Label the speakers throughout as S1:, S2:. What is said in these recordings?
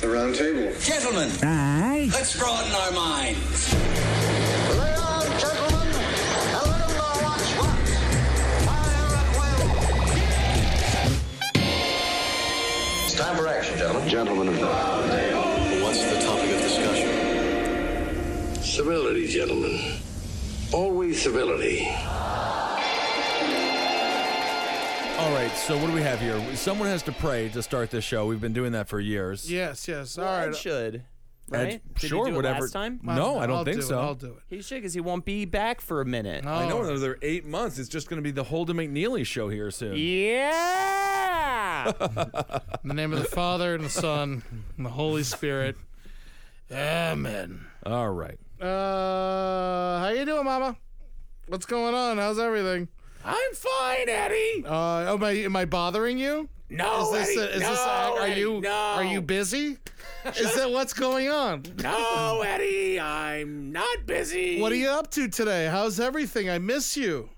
S1: the round table.
S2: Gentlemen,
S3: Aye.
S2: let's broaden our minds.
S1: Lay on, gentlemen, and let 'em know what's what. Fire at will. It's time for action, gentlemen. Gentlemen of
S4: What's the topic of discussion?
S5: Civility, gentlemen. Always civility.
S6: All right, so what do we have here? Someone has to pray to start this show. We've been doing that for years.
S7: Yes, yes. All right.
S8: Ed should. Right?
S6: And-
S8: Did he
S6: sure,
S8: do it
S6: whatever.
S8: last time?
S6: No, I don't
S7: I'll
S6: think
S7: do it,
S6: so.
S7: I'll do it.
S8: He should because he won't be back for a minute.
S6: I know another eight months. It's just going to be the Holden McNeely show here soon.
S8: Yeah.
S7: In the name of the Father and the Son and the Holy Spirit. Amen.
S6: All right.
S7: Uh, how you doing, Mama? What's going on? How's everything?
S6: I'm fine, Eddie.
S7: Uh, am I am I bothering you?
S6: No,
S7: Is this,
S6: Eddie.
S7: is
S6: no,
S7: this are
S6: Eddie,
S7: you
S6: No,
S7: are you busy? Is that what's going on?
S6: No, Eddie. I'm not busy.
S7: What are you up to today? How's everything? I miss you.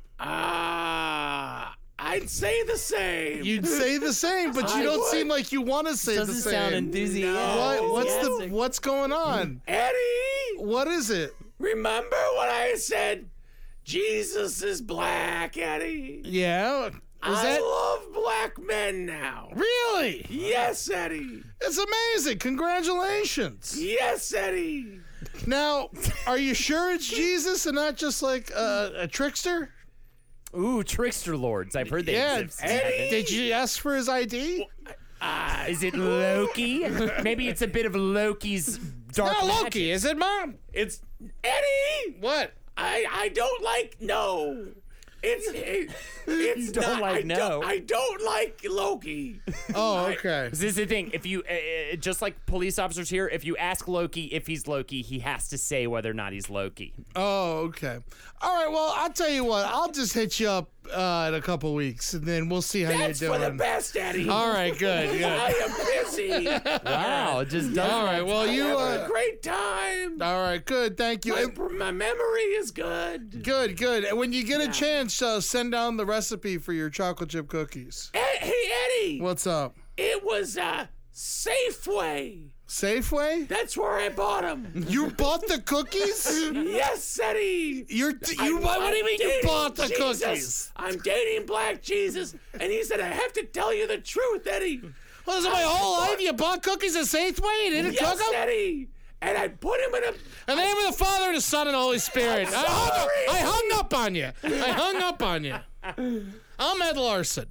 S6: Ah, I'd say the same.
S7: You'd say the same, but you
S6: I
S7: don't
S6: would.
S7: seem like you want to say the
S8: Doesn't
S7: same.
S8: sound enthusiastic.
S7: what, what's the what's going on?
S6: Eddie,
S7: What is it?
S6: remember what I said? Jesus is black, Eddie.
S7: Yeah. Is
S6: I
S7: that
S6: love black men now.
S7: really?
S6: Yes, Eddie.
S7: It's amazing. Congratulations.
S6: Yes, Eddie.
S7: Now, are you sure it's Jesus and not just like a, a trickster?
S8: Ooh, trickster lords. I've heard they
S7: Yeah.
S8: exist.
S7: Did you ask for his ID?
S8: Uh, Is it Loki? Maybe it's a bit of Loki's dark
S7: Not
S8: magic.
S7: Loki, is it, Mom?
S6: It's Eddie.
S7: What?
S6: I I don't like no. It's it, it's
S8: don't
S6: not-
S8: like
S6: I
S8: no.
S6: Don't, I don't like Loki.
S7: Oh, okay.
S8: This is the thing. If you, uh, uh, just like police officers here, if you ask Loki if he's Loki, he has to say whether or not he's Loki.
S7: Oh, okay. All right. Well, I'll tell you what. I'll just hit you up uh, in a couple weeks, and then we'll see how
S6: That's
S7: you're
S6: for the
S7: doing.
S6: best, Eddie.
S7: All right. Good.
S6: I
S7: Good.
S6: am busy.
S8: Wow. It just does
S7: All right. Well, you.
S6: Have a
S7: Uh,
S6: great time.
S7: all right. Good. Thank you.
S6: My,
S7: And-
S6: my memory is good.
S7: Good, good. And when you get a chance, uh, send down the recipe for your chocolate chip cookies.
S6: E- hey, Eddie.
S7: What's up?
S6: It was uh, Safeway.
S7: Safeway?
S6: That's where I bought him.
S7: You bought the cookies?
S6: yes, Eddie.
S7: You're d- you. what do you mean you
S6: dating
S7: bought the
S6: Jesus.
S7: cookies?
S6: I'm dating Black Jesus, and he said I have to tell you the truth, Eddie.
S7: Well, is it my whole life you bought cookies at Safeway and didn't
S6: Yes,
S7: cook them?
S6: Eddie. And I put him in a.
S7: In the name of the Father and the Son and the Holy Spirit. I hung,
S6: sorry.
S7: I hung up on you. I hung up on you. I'm Ed Larson.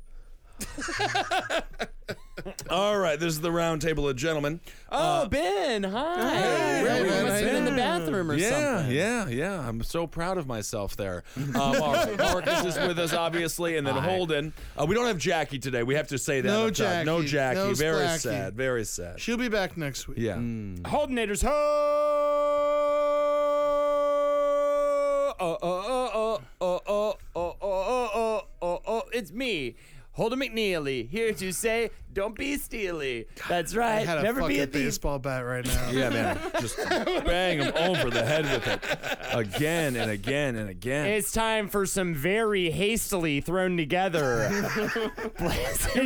S9: All right, this is the round table of gentlemen. Uh,
S8: Oh, Ben. Hi.
S7: Hey,
S8: you
S7: man,
S8: must
S7: how
S8: have
S7: you
S8: been in the
S7: doing?
S8: bathroom or something.
S9: yeah, yeah. I'm so proud of myself there. Um, all right, Marcus is with us, obviously, and then Holden. Uh, we don't have Jackie today. We have to say that.
S7: No
S9: up top. No
S7: Jackie.
S9: Jackie.
S7: No
S9: very
S7: Splacky. Hmm.
S9: sad. Very sad.
S7: She'll be back next week.
S9: Yeah.
S8: Holdenators, ho! Oh, oh, oh, oh, oh, oh, oh, oh, oh, oh, oh, it's me. Holden McNeely here to say, "Don't be steely." That's
S7: I
S8: right.
S7: had a
S8: Never
S7: fucking
S8: be a thief.
S7: baseball bat right now.
S9: Yeah, man. Just bang him over the head with it again and again and again.
S8: It's time for some very hastily thrown together. You're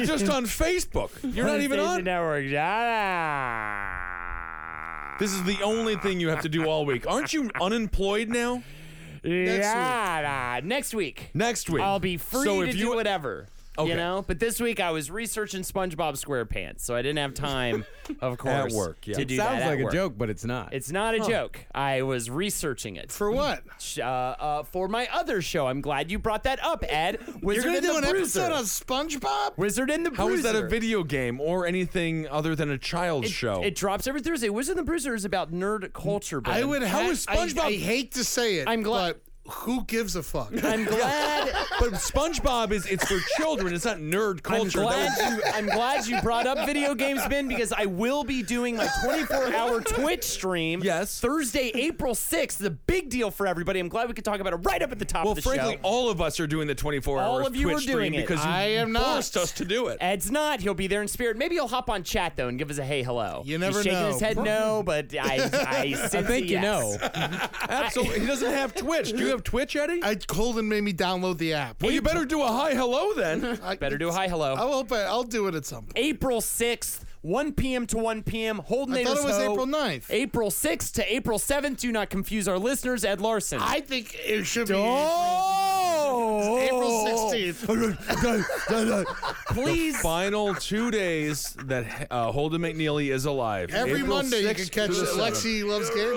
S9: just on Facebook. You're not even on.
S8: Network. Ah.
S9: This is the only thing you have to do all week. Aren't you unemployed now?
S8: Yeah. Next week.
S9: Next week.
S8: I'll be free
S9: So
S8: to
S9: if
S8: do
S9: you
S8: whatever.
S9: Okay.
S8: You know, but this week I was researching SpongeBob SquarePants, so I didn't have time, of course,
S9: work, yeah.
S8: to do
S10: Sounds
S8: that. at
S10: like a
S8: work.
S10: joke, but it's not.
S8: It's not a joke. I was researching it
S7: For what?
S8: uh, uh, for my other show. I'm glad you brought that up, Ed. Wizard
S7: You're
S8: and
S7: gonna do
S8: the
S7: an
S8: Bruiser.
S7: episode on SpongeBob?
S8: Wizard and the
S9: How
S8: Bruiser.
S9: is that a video game or anything other than a child's
S8: It-
S9: show?
S8: It drops every Thursday. Wizard and the Bruiser is about nerd culture. Ben.
S7: Oh. I would.
S8: How
S7: ha-
S8: is
S7: I-
S8: SpongeBob?
S7: I, hate to say it.
S8: I'm glad-
S7: But who gives a fuck?
S8: I'm glad.
S9: but SpongeBob is it's for children. It's not nerd
S8: I'm
S9: culture.
S8: glad, you, I'm glad you brought up video games, Ben, because I will be doing my 24-hour Twitch stream.
S9: Yes.
S8: Thursday, April 6th. The big deal for everybody. I'm glad we could talk about it right up at the top
S9: well,
S8: of the
S9: frankly,
S8: show.
S9: all of us are doing the 24
S8: All
S9: hour
S8: of you
S9: Twitch
S8: are doing
S9: stream
S8: it.
S9: because you
S7: I am not.
S9: forced us to do it.
S8: Ed's not. He'll be there in spirit. Maybe he'll hop on chat though and give us a hey hello.
S7: You never
S8: He's shaking
S7: know.
S8: his head no, but I, I, sense a
S10: think you
S8: yes.
S10: know.
S9: Absolutely, he doesn't have Twitch. Do you have Twitch, Eddie?
S7: I Colden made me download the app.
S9: well, you better do a hi hello then.
S7: I, Oh.
S8: Better do a hi hello.
S7: I hope I, I'll do it at some point.
S8: April 6th. 1 p.m. to 1 p.m. Holden
S7: I
S8: Nate
S7: thought
S8: is
S7: it was
S8: Ho.
S7: April 9th.
S8: April 6th to April 7th. Do not confuse our listeners. Ed Larson.
S7: I think it should be
S8: oh!
S7: April 16th.
S8: Please.
S9: Final two days that uh, Holden McNeely is alive.
S7: Every
S9: April
S7: Monday you can
S9: 6th
S7: catch
S9: to
S7: the
S9: 7th.
S7: Lexi Loves Game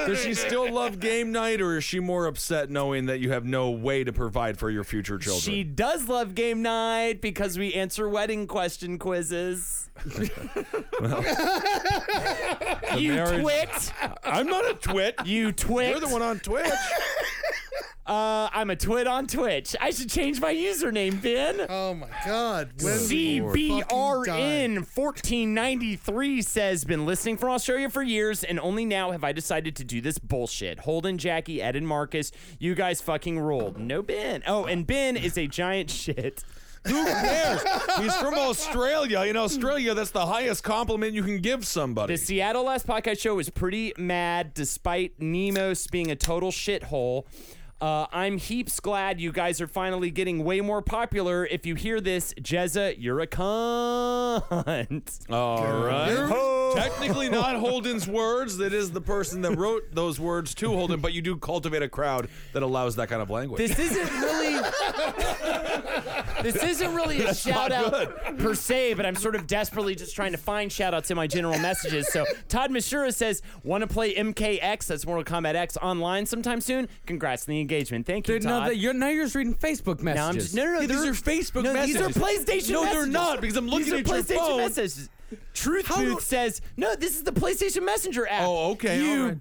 S7: Night.
S9: Does she still love game night, or is she more upset knowing that you have no way to provide for your future children?
S8: She does love game night because we answer wedding question quizzes. you
S9: marriage-
S8: twit!
S9: I'm not a twit.
S8: You twit!
S9: You're the one on Twitch.
S8: Uh, I'm a twit on Twitch. I should change my username, Ben.
S7: Oh my God. When
S8: CBRN1493 says, Been listening from Australia for years, and only now have I decided to do this bullshit. Holden, Jackie, Ed, and Marcus, you guys fucking ruled. No Ben. Oh, and Ben is a giant shit.
S9: Who cares? He's from Australia. In Australia, that's the highest compliment you can give somebody.
S8: The Seattle Last Podcast Show was pretty mad despite Nemos being a total shithole. Uh, I'm heaps glad you guys are finally getting way more popular. If you hear this, Jezza, you're a cunt.
S9: All right. Technically not Holden's words. That is the person that wrote those words to Holden, but you do cultivate a crowd that allows that kind of language.
S8: This isn't really. this isn't really a shout out per se, but I'm sort of desperately just trying to find shout outs in my general messages. So Todd Mashura says, "Want to play MKX? That's Mortal Kombat X online sometime soon. Congrats on the engagement. Thank you,
S6: Dude, no,
S8: Todd."
S6: that you're now you're just reading Facebook messages.
S8: now I'm just no no no.
S9: Yeah, these
S8: they're-
S9: are Facebook
S8: no, These
S9: messages.
S8: are PlayStation.
S9: No, they're
S8: messages.
S9: not, because I'm
S8: these
S9: looking
S8: are
S9: at your
S8: PlayStation
S9: phone.
S8: Messages. Truth
S9: How do-
S8: Booth says, "No, this is the PlayStation Messenger app."
S9: oh, okay.
S8: You
S9: all right.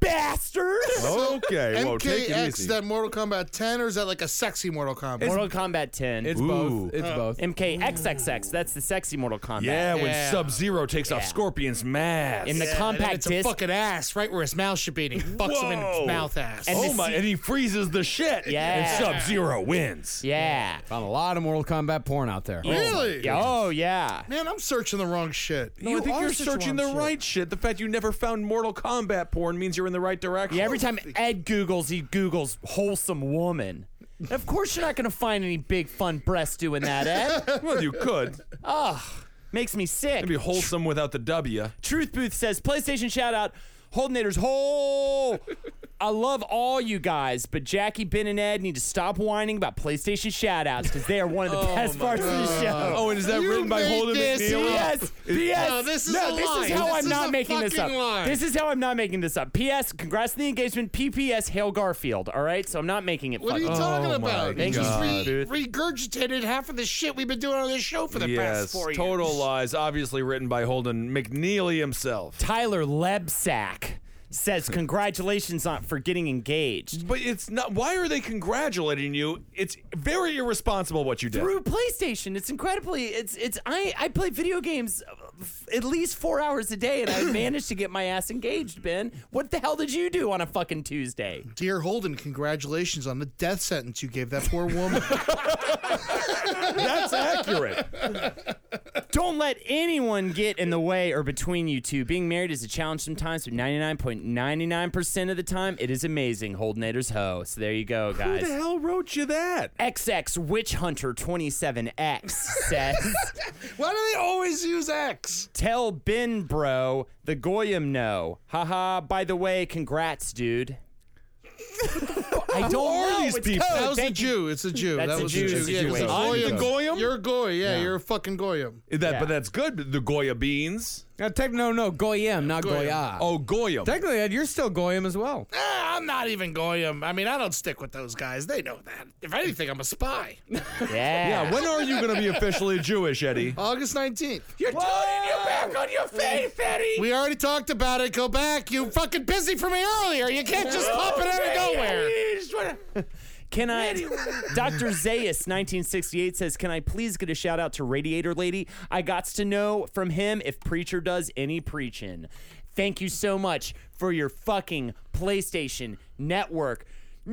S8: bastard!
S9: Okay. Whoa, take it
S7: MKX,
S9: easy.
S7: that Mortal Kombat 10, or is that like a sexy Mortal Kombat?
S8: Mortal Kombat 10.
S6: It's
S9: Ooh.
S6: both. It's both.
S8: MKXXX. That's the sexy Mortal Kombat.
S9: yeah, when
S7: Uh, Yeah.
S9: Sub Zero takes off
S8: Yeah.
S9: Scorpion's mask.
S8: In the
S7: Yeah, and then
S8: compact
S7: it's
S8: disc.
S7: a fucking ass, right where his mouth should be, and he fucks him in
S9: Whoa.
S7: his mouth ass.
S8: And
S9: oh
S8: the
S9: my!
S8: se-
S9: and he freezes the shit.
S8: Yeah.
S9: And Sub Zero wins.
S8: yeah.
S6: Found a lot of Mortal Kombat porn out there.
S7: really?
S8: Yeah, Oh yeah.
S7: Man, I'm searching the wrong shit.
S9: No, I think you're searching the right shit. The fact you never found Mortal Kombat porn means you're in the right direction.
S8: Yeah. Every time Ed googles, he googles wholesome woman. Of course, you're not gonna find any big fun breasts doing that, Ed.
S9: well, you could.
S8: Makes me sick.
S9: It'd be wholesome without the W.
S8: Truth Booth says PlayStation shout out. Holdenators, whole. I love all you guys, but Jackie, Ben, and Ed need to stop whining about PlayStation shout outs because they are one of
S7: Oh
S8: the best parts of the show.
S9: Oh, and is that
S7: You
S9: written by
S7: made
S9: Holden
S7: this
S9: McNeely?
S7: up.
S8: P.S. P.S.
S7: No, this is a
S8: this
S7: lie.
S8: is how
S7: This
S8: I'm
S7: is
S8: not
S7: a
S8: making this up.
S7: fucking lie.
S8: This is how I'm not making this up. P.S. Congrats on the engagement. P.P.S. Hail Garfield. All right, so I'm not making it.
S7: What are
S8: fucking
S7: you
S8: up.
S7: talking about?
S8: Thank
S7: you
S8: you,
S7: just re-
S8: Booth.
S7: regurgitated half of the shit we've been doing on this show for the past
S9: Yes,
S7: four years.
S9: total lies. Obviously written by Holden McNeely himself.
S8: Tyler Lebsack says congratulations on for getting engaged
S9: But it's not. Why are they congratulating you? It's very irresponsible what you did.
S8: through PlayStation. It's incredibly. It's it's. I I play video games uh, f- at least four hours a day, and I managed to get my ass engaged. Ben, what the hell did you do on a fucking Tuesday?
S7: Dear Holden, congratulations on the death sentence you gave that poor woman.
S9: That's accurate.
S8: Don't let anyone get in the way or between you two. Being married is a challenge sometimes, but 99.99% of the time, it is amazing. Holdenators ho. So there you go,
S9: Who the
S8: guys.
S9: hell wrote you that?
S8: XX Witch Hunter 27X says,
S7: Why do they always use X?
S8: "Tell Ben bro the Goyim no." Haha. By the way, congrats, dude. I don't know.
S9: these
S8: It's
S9: people?
S8: code.
S7: That was a
S8: Thank you.
S7: Jew. It's a Jew.
S8: That's
S7: that
S8: a
S7: was
S8: Jew
S7: a Jew. Yeah, 'cause
S8: situation.
S9: I'm the goyim?
S7: You're a goy. Yeah, you're a fucking goyim.
S9: That,
S8: Yeah.
S9: But that's good. The Goya beans.
S6: No, tech, no, no, Goyim, not
S7: Goyim.
S8: Ah.
S6: Goya.
S9: Oh, Goya.
S6: Technically, Ed, you're still Goyim as well.
S7: Ah, I'm not even goyim. I mean, I don't stick with those guys. They know that. If anything, I'm a spy.
S8: Yeah. Ah.
S9: yeah. When are you going to be officially Jewish, Eddie?
S7: August 19th.
S9: You're turning your back on your faith, Eddie.
S7: We already talked about it. Go back. You fucking busy for me earlier. You can't just pop it out of nowhere.
S8: Can I, Dr. Zayas, 1968 says, Can I please get a shout out to Radiator Lady? I gots to know from him if Preacher does any preaching. Thank you so much for your fucking PlayStation Network.
S7: I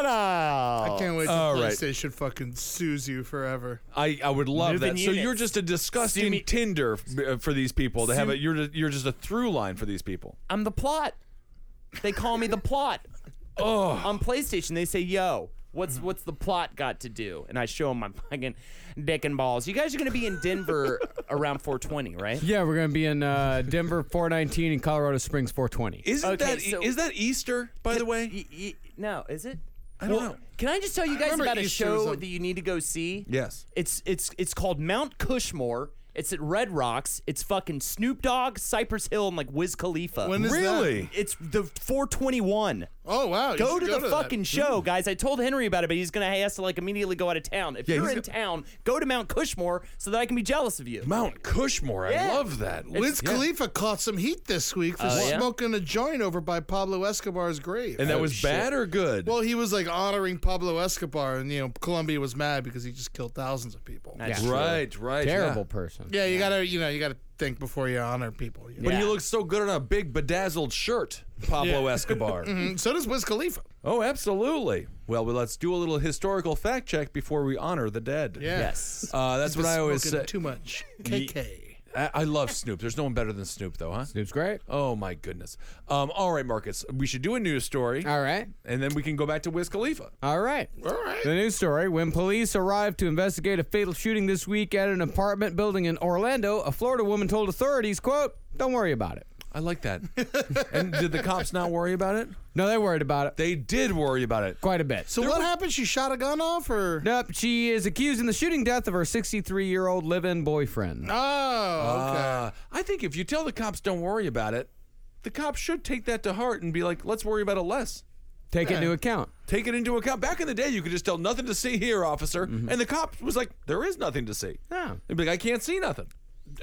S8: Nada!
S7: can't wait till
S9: All right.
S7: PlayStation fucking sues you forever.
S9: I, I would love
S8: Moving
S9: that. So
S8: units.
S9: you're just a disgusting
S8: Sumi-
S9: Tinder f- uh, for these people. They have a, you're just, you're just a through line for these people.
S8: I'm the plot. They call me the plot. Oh. On PlayStation, they say, Yo, What's what's the plot got to do? And I show him my fucking dick and balls. You guys are gonna be in Denver around 420, right?
S6: Yeah, we're gonna be in uh, Denver 419 and Colorado Springs 420.
S9: Isn't
S8: Okay,
S9: that E,
S8: so-
S9: is that Easter? By the way,
S8: Y- y- no, is it?
S9: I don't know.
S8: Can I just tell you guys
S7: remember
S8: about a
S7: Easter was
S8: show
S7: on-
S8: that you need to go see?
S9: Yes.
S8: It's it's it's called Mount Cushmore. It's at Red Rocks. It's fucking Snoop Dogg, Cypress Hill, and like Wiz Khalifa.
S7: When is that?
S9: Really?
S8: it's the 421.
S7: Oh wow! you
S8: Go
S7: should
S8: to the
S7: that.
S8: fucking show, guys. I told Henry about it, but he's gonna have to like immediately go out of town. If
S9: Yeah,
S8: you're
S9: he's
S8: in
S9: go-
S8: town, go to Mount Cushmore so that I can be jealous of you.
S9: Mount Cushmore.
S8: Yeah.
S9: I love that.
S7: Wiz Khalifa caught some heat this week for
S8: Oh, yeah?
S7: smoking a joint over by Pablo Escobar's grave.
S9: and that was bad or good?
S7: well, he was like honoring Pablo Escobar, and you know Colombia was mad because he just killed thousands of people.
S8: That's
S9: right, right.
S6: Terrible person.
S7: Yeah, you gotta you know you gotta think before you honor people. you know?
S9: Yeah. But he
S8: Yeah.
S9: looks so good on a big bedazzled shirt, Pablo Escobar.
S8: Mm-hmm.
S7: Mm, So does Wiz Khalifa.
S9: Oh, absolutely. Well, well, let's do a little historical fact check before we honor the dead.
S7: Yeah.
S8: Yes.
S9: Uh, that's what I always
S7: Smoking
S9: say.
S7: Too much. KK.
S9: I, I love Snoop. There's no one better than Snoop, though, huh?
S6: Snoop's great.
S9: Oh my goodness. Um, all right, Marcus. We should do a news story,
S6: All right.
S9: and then we can go back to Wiz Khalifa.
S6: All right. All right. The news story when police arrived to investigate a fatal shooting this week at an apartment building in Orlando, a Florida woman told authorities, quote, "Don't worry about it."
S9: I like that. and did the cops not worry about it?
S6: No, they worried about it
S9: They did worry about it.
S6: quite a bit.
S7: So what happened? She shot a gun off, or
S6: Nope, she is accused in the shooting death of her 63-year-old live-in boyfriend.
S7: oh, okay.
S9: Uh, I think if you tell the cops don't worry about it, the cops should take that to heart and be like, let's worry about it less.
S6: Take it into account.
S9: Take it into account. Back in the day, you could just tell nothing to see here, officer. And the cop was like, there is nothing to see.
S6: Yeah.
S9: They'd be like, I can't see nothing.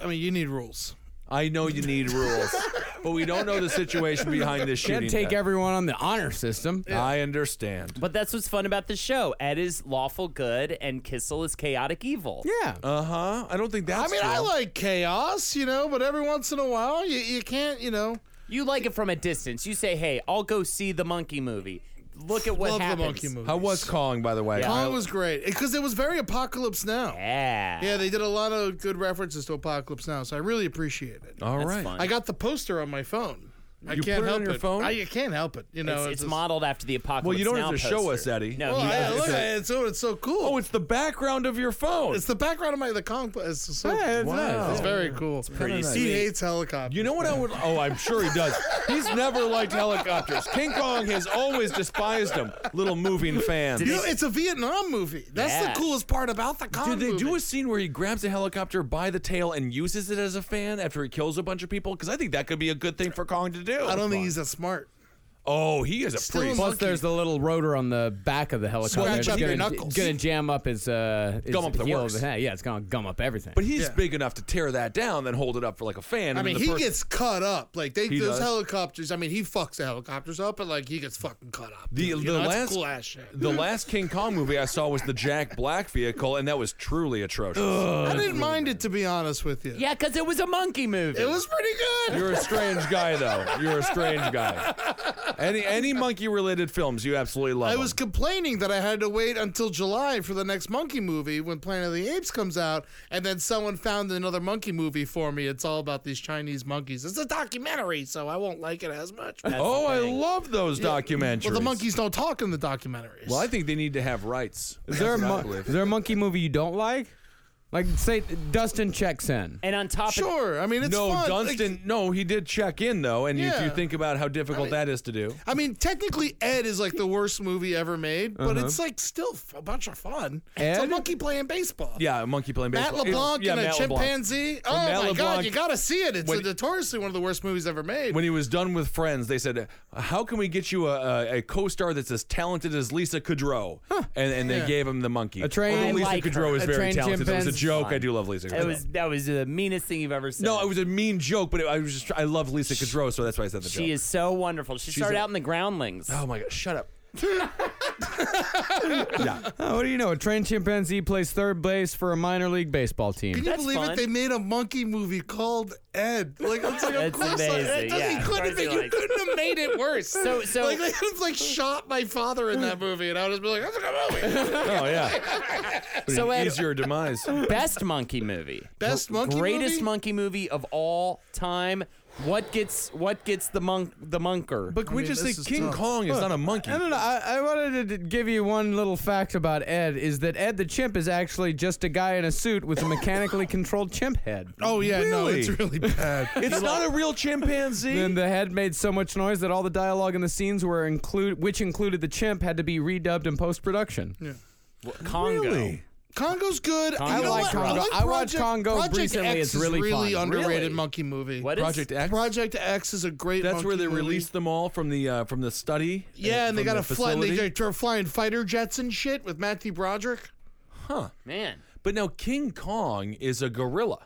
S7: I mean, you need rules.
S9: I know you need rules, but we don't know the situation behind this shooting.
S6: Can't take
S9: death.
S6: everyone on the honor system.
S9: I understand.
S8: But that's what's fun about the show. Ed is lawful good and Kissel is chaotic evil.
S6: Yeah.
S9: Uh huh. I don't think
S7: I
S9: that's.
S7: mean, I
S9: true.
S7: like chaos, you know, but every once in a while, you, you can't, you know.
S8: You like it from a distance. You say, "Hey, I'll go see the monkey movie. Look at what
S7: love
S8: happens."
S7: the monkey movie.
S9: How was Kong, by the way?
S8: Yeah.
S7: Kong was great because it was very Apocalypse Now.
S8: Yeah.
S7: Yeah, they did a lot of good references to Apocalypse Now, so I really appreciate it.
S9: All right.
S8: That's fun.
S7: I got the poster on my phone. I
S9: You
S7: can't
S9: put it on
S7: help
S9: your phone?
S7: I, you can't help it. You know,
S8: it's, it's
S7: just-
S8: modeled after the apocalypse.
S9: Well, you don't
S8: Now
S9: have to show us,
S8: poster.
S9: Eddie.
S8: No,
S7: Oh,
S8: he
S7: yeah,
S8: does.
S7: look, it's, oh, it's so cool.
S9: Oh, it's the background of your phone.
S7: It's the background of my the Kong. It's so
S9: Yeah, it's
S7: wow.
S9: nice.
S7: It's very cool.
S8: pretty
S7: he
S8: sweet.
S7: hates helicopters.
S9: You know what I would? Oh, I'm sure he does. He's never liked helicopters. King Kong has always despised them. Little moving fans.
S7: You know, it's a Vietnam movie. That's
S8: Yeah.
S7: the coolest part about the Kong.
S9: Did they do a
S7: movie.
S9: scene where he grabs a helicopter by the tail and uses it as a fan after he kills a bunch of people? Because I think that could be a good thing for Kong to do.
S7: I don't think he's that smart.
S9: Oh, he is a
S7: Still
S9: priest.
S6: Plus, there's the little rotor on the back of the helicopter.
S7: Scratch
S6: It's
S7: up your
S6: gonna,
S7: knuckles.
S6: Gonna jam up his uh, his
S9: Gum up the
S6: heel
S9: works.
S6: of his head. Yeah, it's gonna gum up everything.
S9: But he's big enough to tear that down, then hold it up for like a fan.
S7: I
S9: and
S7: mean,
S9: then the
S7: he
S9: person-
S7: gets cut up. Like they those
S9: does.
S7: helicopters. I mean, he fucks the helicopters up, but like he gets fucking cut up.
S9: The,
S7: You
S9: the
S7: know, that's
S9: last
S7: cool ass shit.
S9: the last King Kong movie I saw was the Jack Black vehicle, and that was truly atrocious.
S7: I didn't mind it to be honest with you.
S8: Yeah, because it was a monkey movie.
S7: it was pretty good.
S9: You're a strange guy, though. You're a strange guy. Any any monkey related films, you absolutely love.
S7: I was
S9: 'em.
S7: complaining that I had to wait until July for the next monkey movie when Planet of the Apes comes out, and then someone found another monkey movie for me. It's all about these Chinese monkeys. It's a documentary, so I won't like it as much. well,
S9: Oh, I love those documentaries.
S7: the monkeys don't talk in the documentaries.
S9: Well, I think they need to have rights.
S6: is there, a
S9: That's what I
S6: mon-
S9: believe.
S6: is there a monkey movie you don't like? Like, say Dustin checks in.
S8: and on top of
S7: Sure. I mean, it's
S9: no,
S7: fun.
S9: Dunstan. no, he did check in though, and if you
S7: Yeah.
S9: think about how difficult that is to do,
S7: I mean, technically, Ed is like the worst movie ever made, but
S9: Uh-huh.
S7: it's like still f- a bunch of fun. It's a
S6: Ed?
S7: monkey playing baseball.
S9: yeah, a monkey playing
S7: Matt
S9: baseball. It's-
S7: LeBlanc
S9: yeah,
S7: and a
S9: Matt LeBlanc.
S7: chimpanzee. Oh
S9: Matt
S7: my
S9: LeBlanc-
S7: god, you gotta see it. It's
S9: when-
S7: notoriously one of the worst movies ever made.
S9: When he was done with Friends, they said, "How can we get you a, a, a co-star that's as talented as Lisa Kudrow?" And, and they gave him the monkey.
S6: A trained-
S9: Although
S6: I
S9: Lisa
S8: like
S9: Kudrow
S8: her.
S9: is
S6: A
S9: very
S6: trained
S9: talented. It was a
S6: chimpanzee.
S9: joke. I do love Lisa. Kudrow.
S8: it was that was the meanest thing you've ever said.
S9: No, it was a mean joke, but it, I was just I love Lisa Kudrow, so that's why I said the joke.
S8: She is so wonderful. She started out in the Groundlings.
S9: Oh my god! Shut up.
S6: Oh, what do you know? A trained chimpanzee plays third base for a minor league baseball team.
S7: Can you
S8: That's
S7: believe
S8: fun.
S7: it? They made a monkey movie called Ed. Like it's like
S8: That's
S7: of course like,
S8: amazing,
S7: Ed doesn't-
S8: yeah.
S7: he couldn't
S8: Of course
S7: have been-
S8: he
S7: you
S8: likes-
S7: couldn't have made it worse.
S8: So- so-
S7: like they could've, like shot my father in that movie, and I would just be like, that's a good movie.
S9: Oh yeah.
S8: So Ed,
S9: Easier demise.
S8: best monkey movie,
S7: Best monkey
S8: greatest
S7: movie?
S8: monkey movie of all time. What gets what gets the monk the monker?
S11: But can we
S7: mean,
S11: just
S7: this
S11: say
S7: is
S11: King
S7: tough.
S11: Kong is not a monkey?
S6: I don't know. I, I wanted to d- give you one little fact about Ed is that Ed the chimp is actually just a guy in a suit with a mechanically controlled chimp head.
S7: Oh yeah, no,
S11: Really?
S7: it's really bad.
S11: It's not a real chimpanzee.
S6: And the head made so much noise that all the dialogue in the scenes were include, which included the chimp, had to be redubbed in post production.
S8: Congo.
S11: Really?
S7: Congo's good. You
S6: I
S7: know
S6: like
S7: what?
S6: Congo.
S7: like
S6: I watched
S7: Project-
S6: Congo
S7: Project
S6: recently.
S7: X
S6: It's
S7: is
S6: really fun.
S7: underrated
S8: Really?
S7: monkey movie.
S8: What is
S9: Project X.
S7: Project X is a great.
S9: That's where
S7: monkey
S9: they
S7: movie.
S9: released them all from the uh, from the study.
S7: Yeah, and they
S9: from
S7: got
S9: the
S7: a fly, and they
S9: facility.
S7: they're flying fighter jets and shit with Matthew Broderick.
S8: Man.
S9: But now King Kong is a gorilla.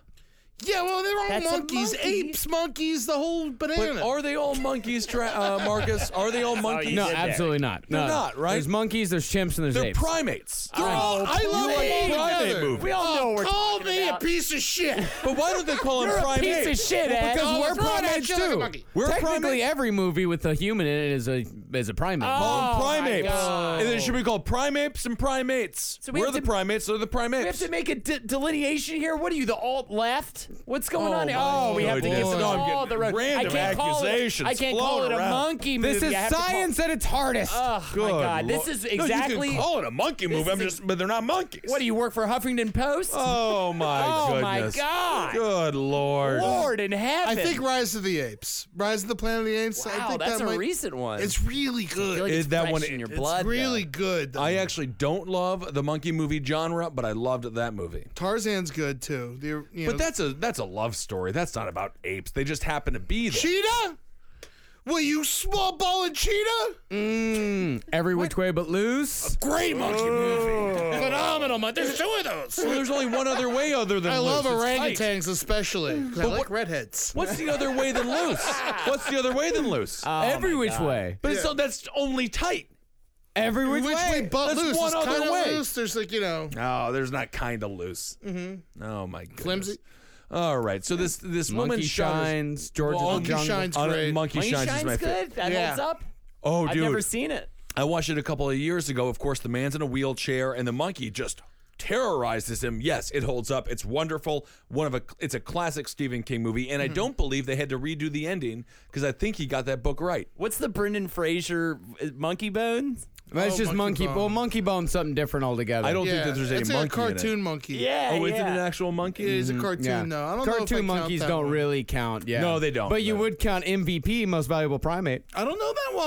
S7: Yeah, well, they're all
S8: That's a
S7: monkeys,
S8: monkey.
S7: apes, monkeys, the whole
S9: But
S7: banana.
S9: are they all monkeys, tra- uh, Marcus? Are they all monkeys?
S6: No,
S8: did that.
S6: absolutely not. No.
S9: They're not, right?
S6: There's monkeys, there's chimps, and there's
S9: They're
S6: apes.
S9: primates. Oh,
S7: They're all- I love
S9: you
S7: them all
S9: primate
S7: together.
S9: movies.
S8: We all know we're
S7: Call me a piece of shit.
S9: But why don't they call them primates?
S8: piece of shit, Ed.
S6: because
S7: Oh,
S6: we're
S7: that's right,
S6: primates
S7: I feel like a
S6: too.
S7: monkey.
S9: We're
S6: Technically,
S9: primates.
S6: every movie with a human in it is a is a primate.
S8: Oh,
S9: Call them
S8: my
S9: primates.
S8: God.
S9: And then it should be called primates and primates.
S8: So we
S9: we are
S8: have
S9: the
S8: to-
S9: primates, they're the
S8: We have
S9: primates.
S8: to make a de- delineation here. What are you, the alt left? What's going on? here?
S9: my
S8: Oh, we have to give
S9: goodness.
S8: them
S9: No, I'm
S8: all
S9: getting
S8: the road.
S9: random
S8: I can't call it.
S9: accusations
S8: I can't call
S9: flown
S8: it a
S9: around.
S8: monkey movie.
S6: this is
S8: I have to call-
S6: science at its hardest.
S8: Oh my
S9: Good
S8: god,
S9: Lord.
S8: this is
S9: No, you can
S8: exactly.
S9: call it a monkey movie.
S8: is
S9: I'm
S8: ex-
S9: just, but they're not monkeys.
S8: what do you work for Huffington Post?
S9: Oh my
S8: Oh, my
S9: goodness.
S8: God.
S9: Good lord.
S8: Lord in heaven!
S7: I think Rise of the Apes, Rise of the Planet of the Apes. I
S8: Wow,
S7: think
S8: that's
S7: that
S8: a
S7: might-
S8: recent one.
S7: It's really
S8: I feel
S7: good.
S8: like it's
S9: Is that
S8: fresh
S9: one-
S8: in your
S9: it's
S8: blood?
S7: It's really good.
S9: I actually don't love the monkey movie genre, but I loved that movie.
S7: Tarzan's good too. The, you know,
S9: But that's a that's a love story. That's not about apes. They just happen to be there.
S7: cheetah. Will you small ball and cheetah?
S6: Every which way but loose.
S9: Great monkey movie.
S7: Phenomenal, man. There's two of those.
S9: Well, there's only one other way other than
S7: I
S9: loose.
S7: love
S9: It's tight.
S7: orangutans especially. 'cause I like redheads.
S9: What's the other way than loose? What's the other way than loose?
S6: every which way.
S9: but it's, that's only tight.
S6: Every which,
S7: Which way but
S9: That's
S7: loose?
S9: one
S7: It's
S9: other
S7: kinda
S9: way.
S7: loose. There's like you know
S9: No, there's not kind of loose. Mm-hmm. Oh my goodness.
S7: flimsy.
S9: All right. So this this woman
S6: Monkey
S9: shines.
S6: shines. George
S9: Well,
S6: of the
S9: Monkey
S6: Jungle.
S7: shines. It's
S9: Uh,
S7: great.
S9: Monkey,
S8: Monkey
S9: shines, is my
S8: Shine's
S9: favorite.
S8: good. That
S7: Yeah.
S8: holds up.
S9: Oh,
S8: I've
S9: dude.
S8: never seen it.
S9: I watched it a couple of years ago. Of course, the man's in a wheelchair and the monkey just terrorizes him. Yes, it holds up. It's wonderful. One of a it's a classic Stephen King movie, and
S6: Mm-hmm.
S9: I don't believe they had to redo the ending because I think he got that book right.
S8: What's the Brendan Fraser uh, Monkey Bones?
S6: That's
S7: Oh,
S6: just
S7: Monkey
S6: monkey.
S7: Bone.
S6: Well, monkey bone something different altogether.
S9: I don't
S7: Yeah,
S9: think that there's
S7: it's
S9: a
S7: like
S9: monkey.
S7: a cartoon monkey.
S8: Yeah,
S9: In it. Oh, is
S8: yeah.
S9: it an actual monkey? Mm.
S7: it is a cartoon
S6: Yeah.
S7: though. I don't know.
S6: Cartoon
S7: if I count
S6: monkeys
S7: that
S6: don't
S7: one.
S6: really count. Yeah.
S9: No, they don't,
S6: But you
S9: no.
S6: would count MVP, most valuable primate.
S7: I don't know that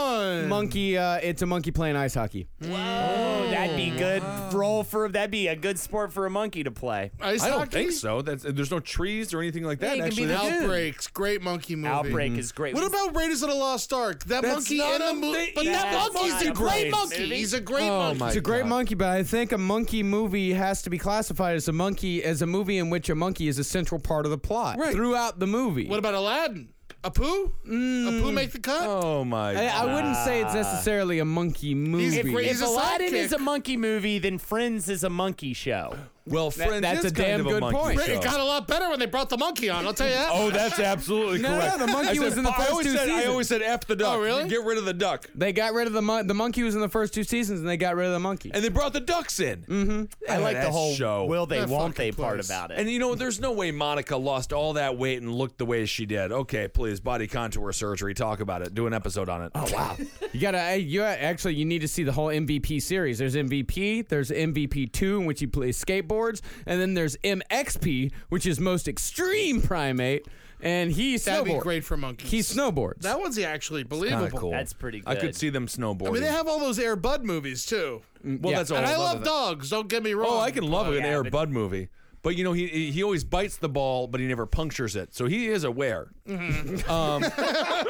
S7: one.
S6: Monkey. Uh, it's a monkey playing ice hockey.
S8: Oh, that'd be good role for. That'd be a good sport for a monkey to play.
S7: Ice
S9: I don't
S7: hockey?
S9: think so. That's there's no trees or anything like that.
S8: Yeah, it can be
S9: actually,
S8: the
S9: That's-
S7: Outbreaks, great monkey movie.
S8: Outbreak is great.
S7: What
S8: We-
S7: about Raiders of the Lost Ark? That
S9: That's
S7: monkey
S9: not
S7: in
S9: a
S7: the movie,
S9: thing.
S7: but that
S8: That's
S7: monkey's
S8: not
S7: a
S8: a
S7: great
S8: great
S7: monkey.
S8: movie.
S7: He's a great
S9: Oh
S7: monkey.
S9: my
S6: It's a great
S9: God.
S6: monkey, but I think a monkey movie has to be classified as a monkey as a movie in which a monkey is a central part of the plot
S9: Right.
S6: throughout the movie.
S7: What about Aladdin? Apu? Apu make the cut?
S9: Oh my!
S6: I,
S9: God.
S6: I wouldn't say it's necessarily a monkey movie.
S7: great-
S8: If
S7: He's a
S8: Aladdin
S7: sidekick.
S8: is a monkey movie, then Friends is a monkey show.
S9: Well, friends,
S6: that's
S9: is
S6: a
S9: kind
S6: damn
S9: of
S6: good
S9: monkey
S6: point.
S7: It
S9: show.
S7: got a lot better when they brought the monkey on. I'll tell you that.
S9: Oh, that's absolutely
S6: No, no,
S9: correct.
S6: the monkey
S9: I said,
S6: was in the
S9: "F- I
S6: first
S9: always
S6: two
S9: said, I
S6: seasons." Oh,
S9: always said F the duck.
S7: really?
S9: Get rid of the duck.
S6: They got rid of the mon- the monkey was in the first two seasons, and they got rid of the monkey.
S9: And they brought the ducks in. Mm-hmm.
S8: I like the whole
S9: show.
S8: will they,
S7: That
S8: won't they
S7: fucking
S8: part
S7: place.
S8: about it.
S9: and you know, there's no way Monica lost all that weight and looked the way she did. Okay, please, body contour surgery. Talk about it. Do an episode on it. Oh wow.
S6: You gotta, I- you gotta- actually, you need to see the whole MVP series. There's MVP, there's MVP two, in which he plays skateboards, and then there's MXP, which is most extreme primate, and he
S7: That'd be
S6: snowboards.
S7: great for monkeys.
S6: He snowboards.
S7: that one's actually
S9: Kinda
S7: believable.
S9: cool.
S8: That's pretty
S9: I
S8: good.
S9: could see them snowboarding.
S7: I mean, they have all those Air Bud movies too.
S9: Mm, well,
S6: Yeah.
S9: that's all.
S7: and I
S9: another
S7: love
S9: thing.
S7: dogs. Don't get me wrong.
S9: Oh, I can love an
S8: yeah,
S9: Air
S8: but-
S9: Bud movie. But you know he he- he always bites the ball, but he never punctures it, so he is aware. Um,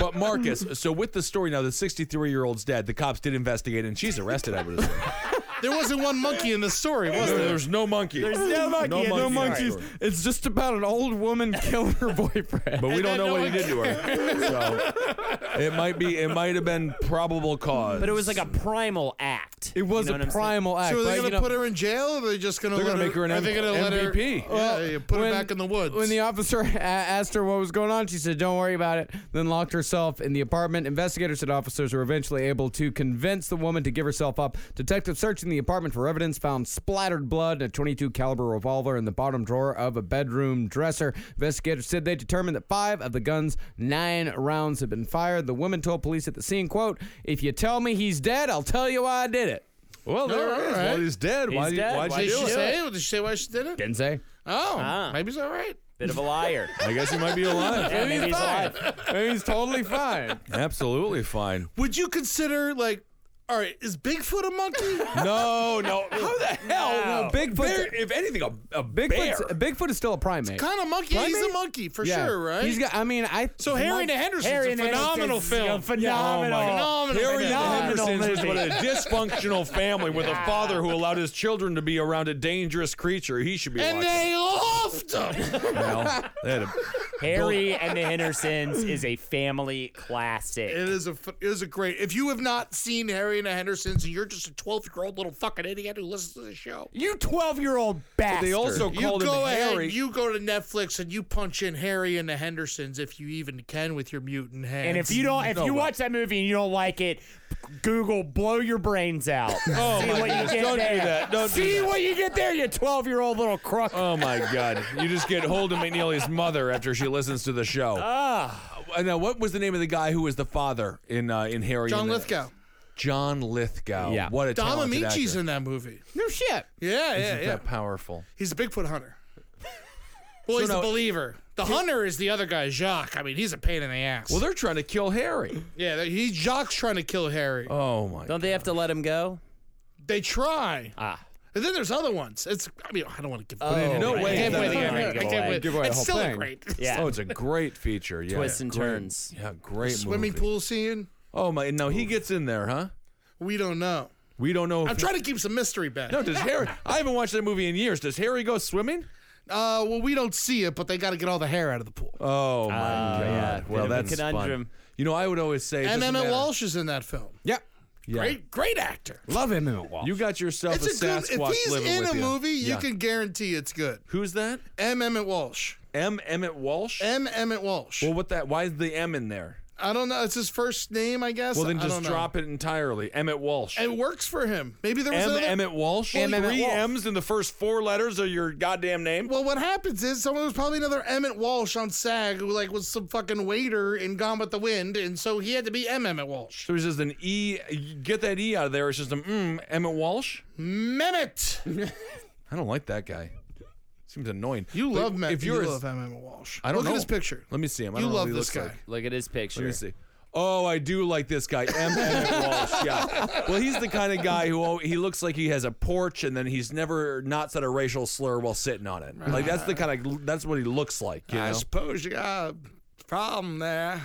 S9: but Marcus, so with the story now, the 63 year old's dead. The cops did investigate, and she's arrested. I would assume.
S7: There wasn't one monkey in the story, was
S9: There-
S7: there?
S9: there's no monkey.
S8: There's no monkey in
S9: monkey
S8: the
S9: in the
S8: monkeys.
S9: story.
S6: It's just about an old woman killing her boyfriend.
S9: But we don't
S7: then
S9: know
S7: no
S9: what he
S7: one
S9: did to her. So it might be it might have been probable cause.
S8: But it was like a primal act. act.
S6: It was
S8: you know
S6: a
S8: what I'm saying?
S6: primal act.
S7: So are they
S6: but,
S7: going
S6: you
S7: to
S6: know,
S7: put her in jail, or are they just going to
S9: They're
S7: let
S9: gonna make her an
S7: are they
S9: M-
S7: gonna let her-
S9: MVP.
S7: Yeah,
S6: Well,
S7: you put
S6: when-
S7: her back in the woods.
S6: When the officer a- asked her what was going on, she said, "Don't worry about it." Then locked herself in the apartment. Investigators and officers were eventually able to convince the woman to give herself up. Detectives searching the apartment for evidence found splattered blood and a 22 caliber revolver in the bottom drawer of a bedroom dresser. Investigators said they determined that five of the gun's nine rounds had been fired. The woman told police at the scene, "Quote: If you tell me he's dead, I'll tell you why I did it."
S9: Well, there
S7: All
S9: it is.
S7: right.
S9: Well, he's dead.
S8: He's
S9: why do you-
S8: dead.
S9: why'd
S8: Why
S9: you
S7: did
S8: do
S7: she
S8: it?
S7: say? Did she say why she did it?
S6: Didn't say.
S7: Oh,
S8: Ah.
S7: maybe it's all right.
S8: Bit of a liar.
S9: I guess he might be alive.
S8: Yeah, maybe he's alive.
S6: Maybe he's totally fine.
S9: Absolutely fine.
S7: Would you consider like, all right, is Bigfoot a monkey?
S9: No, no. How the hell?
S6: No,
S9: will
S6: Bigfoot's-
S9: bear- if anything, a, a
S6: Bigfoot's,
S9: bear.
S6: Bigfoot is still a primate.
S7: kind of monkey. He's
S6: Primate?
S7: a monkey for
S6: Yeah.
S7: sure, right?
S6: He's got. I mean, I.
S7: so Harry and the Henderson's
S8: Harry
S7: a
S8: and the
S7: phenomenal
S8: Hendersons,
S7: film.
S8: yeah, phenomenal.
S7: Oh my God. Phenomenal. film.
S9: Harry and the
S8: Phenomenal
S9: Hendersons was
S8: movie.
S9: with a dysfunctional family with a father who allowed his children to be around a dangerous creature. He should be
S7: And
S9: watching.
S7: they loved him.
S9: Well, they had a-
S8: Harry and the Hendersons is a family classic.
S7: It is a f- it is a great. If you have not seen Harry and the Hendersons, and you're just a 12 year old little fucking idiot who listens to the show,
S8: You 12 year old bastard.
S9: they also
S7: you
S9: called
S7: go
S9: him
S7: ahead.
S9: Harry.
S7: You go to Netflix and you punch in Harry and the Hendersons if you even can with your mutant hands.
S8: and if you don't, if you watch that movie and you don't like it, Google blow your brains out. oh See
S9: my
S8: what
S9: goodness,
S8: you get
S9: don't do
S8: there.
S9: that, don't do
S8: See
S9: that.
S8: what you get there, you 12 year old little crook.
S7: Uh,
S9: Oh my God! You just get Holden McNeely's mother after she listens to the show. Ah. Now, what was the name of the guy who was the father in uh, in Harry?
S7: John
S9: and the-
S7: Lithgow,
S9: John Lithgow.
S6: Yeah.
S9: What a
S7: Dom
S9: talented
S7: Amici's
S9: actor.
S7: in that movie.
S6: no shit.
S7: Yeah, yeah, yeah.
S9: That powerful.
S7: He's a Bigfoot hunter. Well, he's
S9: no-
S7: a believer. The hunter is the other guy, Jacques. I mean, he's a pain in the ass.
S9: Well, they're trying to kill Harry.
S7: yeah, they- he Jacques trying to kill Harry.
S9: Oh my!
S8: Don't they have to let him go?
S7: They try.
S8: Ah.
S7: And then there's other ones. It's I mean I don't want to give
S9: no
S8: right.
S9: way.
S7: I can't
S9: No,
S7: play the
S9: no,
S7: end.
S9: no,
S7: I
S8: no,
S7: can't
S8: no.
S7: wait.
S6: Give away the
S7: It's
S6: whole
S7: still
S6: thing.
S7: great.
S8: Yeah.
S9: Oh, it's a great feature. Yeah.
S8: Twists and
S9: Great-
S8: turns.
S9: Yeah, great
S7: Swimming
S9: movie.
S7: pool scene.
S9: Oh my! No, he gets in there, huh?
S7: We don't know.
S9: We don't know. If
S7: I'm trying to keep some mystery back.
S9: No, does Harry? I haven't watched that movie in years. Does Harry go swimming?
S7: Uh, well, we don't see it, but they got to get all the hair out of the pool.
S9: Oh
S8: Oh,
S9: my God!
S8: yeah.
S9: Well,
S8: Bit of a
S9: that's
S8: conundrum.
S9: Fun. You know, I would always say. it
S7: and
S9: doesn't
S7: Emmett
S9: matter.
S7: Walsh is in that film.
S6: Yeah.
S9: Yeah.
S7: Great, great actor.
S6: Love him in Walsh.
S9: You got yourself
S7: It's
S9: a
S7: a good.
S9: Sasquatch
S7: If he's
S9: living
S7: in
S9: with
S7: a
S9: you.
S7: movie, you
S9: Yeah.
S7: can guarantee it's good.
S9: Who's that?
S7: M. Emmett Walsh.
S9: M. Emmett Walsh.
S7: M. Emmett Walsh.
S9: well, what that? Why is the M in there?
S7: I don't know. It's his first name, I guess.
S9: Well, then
S7: I
S9: just
S7: don't know.
S9: drop it entirely. Emmett Walsh.
S7: It works for him. Maybe there was
S9: M.
S7: another.
S9: Emmett Walsh.
S6: M. Emmett
S9: Three
S6: Walsh.
S9: M's in the first four letters of your goddamn name.
S7: Well, what happens is someone was probably another Emmett Walsh on SAG who like was some fucking waiter in Gone with the Wind, and so he had to be M Emmett Walsh.
S9: So it's just an E. Get that E out of there. It's just an mm, Emmett Walsh.
S7: Mehmet.
S9: I don't like that guy. Seems annoying.
S7: You
S9: But
S7: love Mehmet.
S9: If you're
S7: you
S9: as-
S7: love M Emmett Walsh.
S9: I don't
S7: Look
S9: know.
S7: at his picture.
S9: Let me see him. I
S7: You
S9: don't know what
S7: love
S9: he
S7: this
S9: looks
S7: guy.
S9: like.
S8: Look at his
S9: Let
S8: picture.
S9: me see. Oh, I do like this guy, M. Emmett Walsh. Yeah. Well, he's the kind of guy who al- he looks like he has a porch, and then he's never not said a racial slur while sitting on it. Like that's the kind of that's what he looks like. You
S7: I
S9: know?
S7: suppose you got a problem there.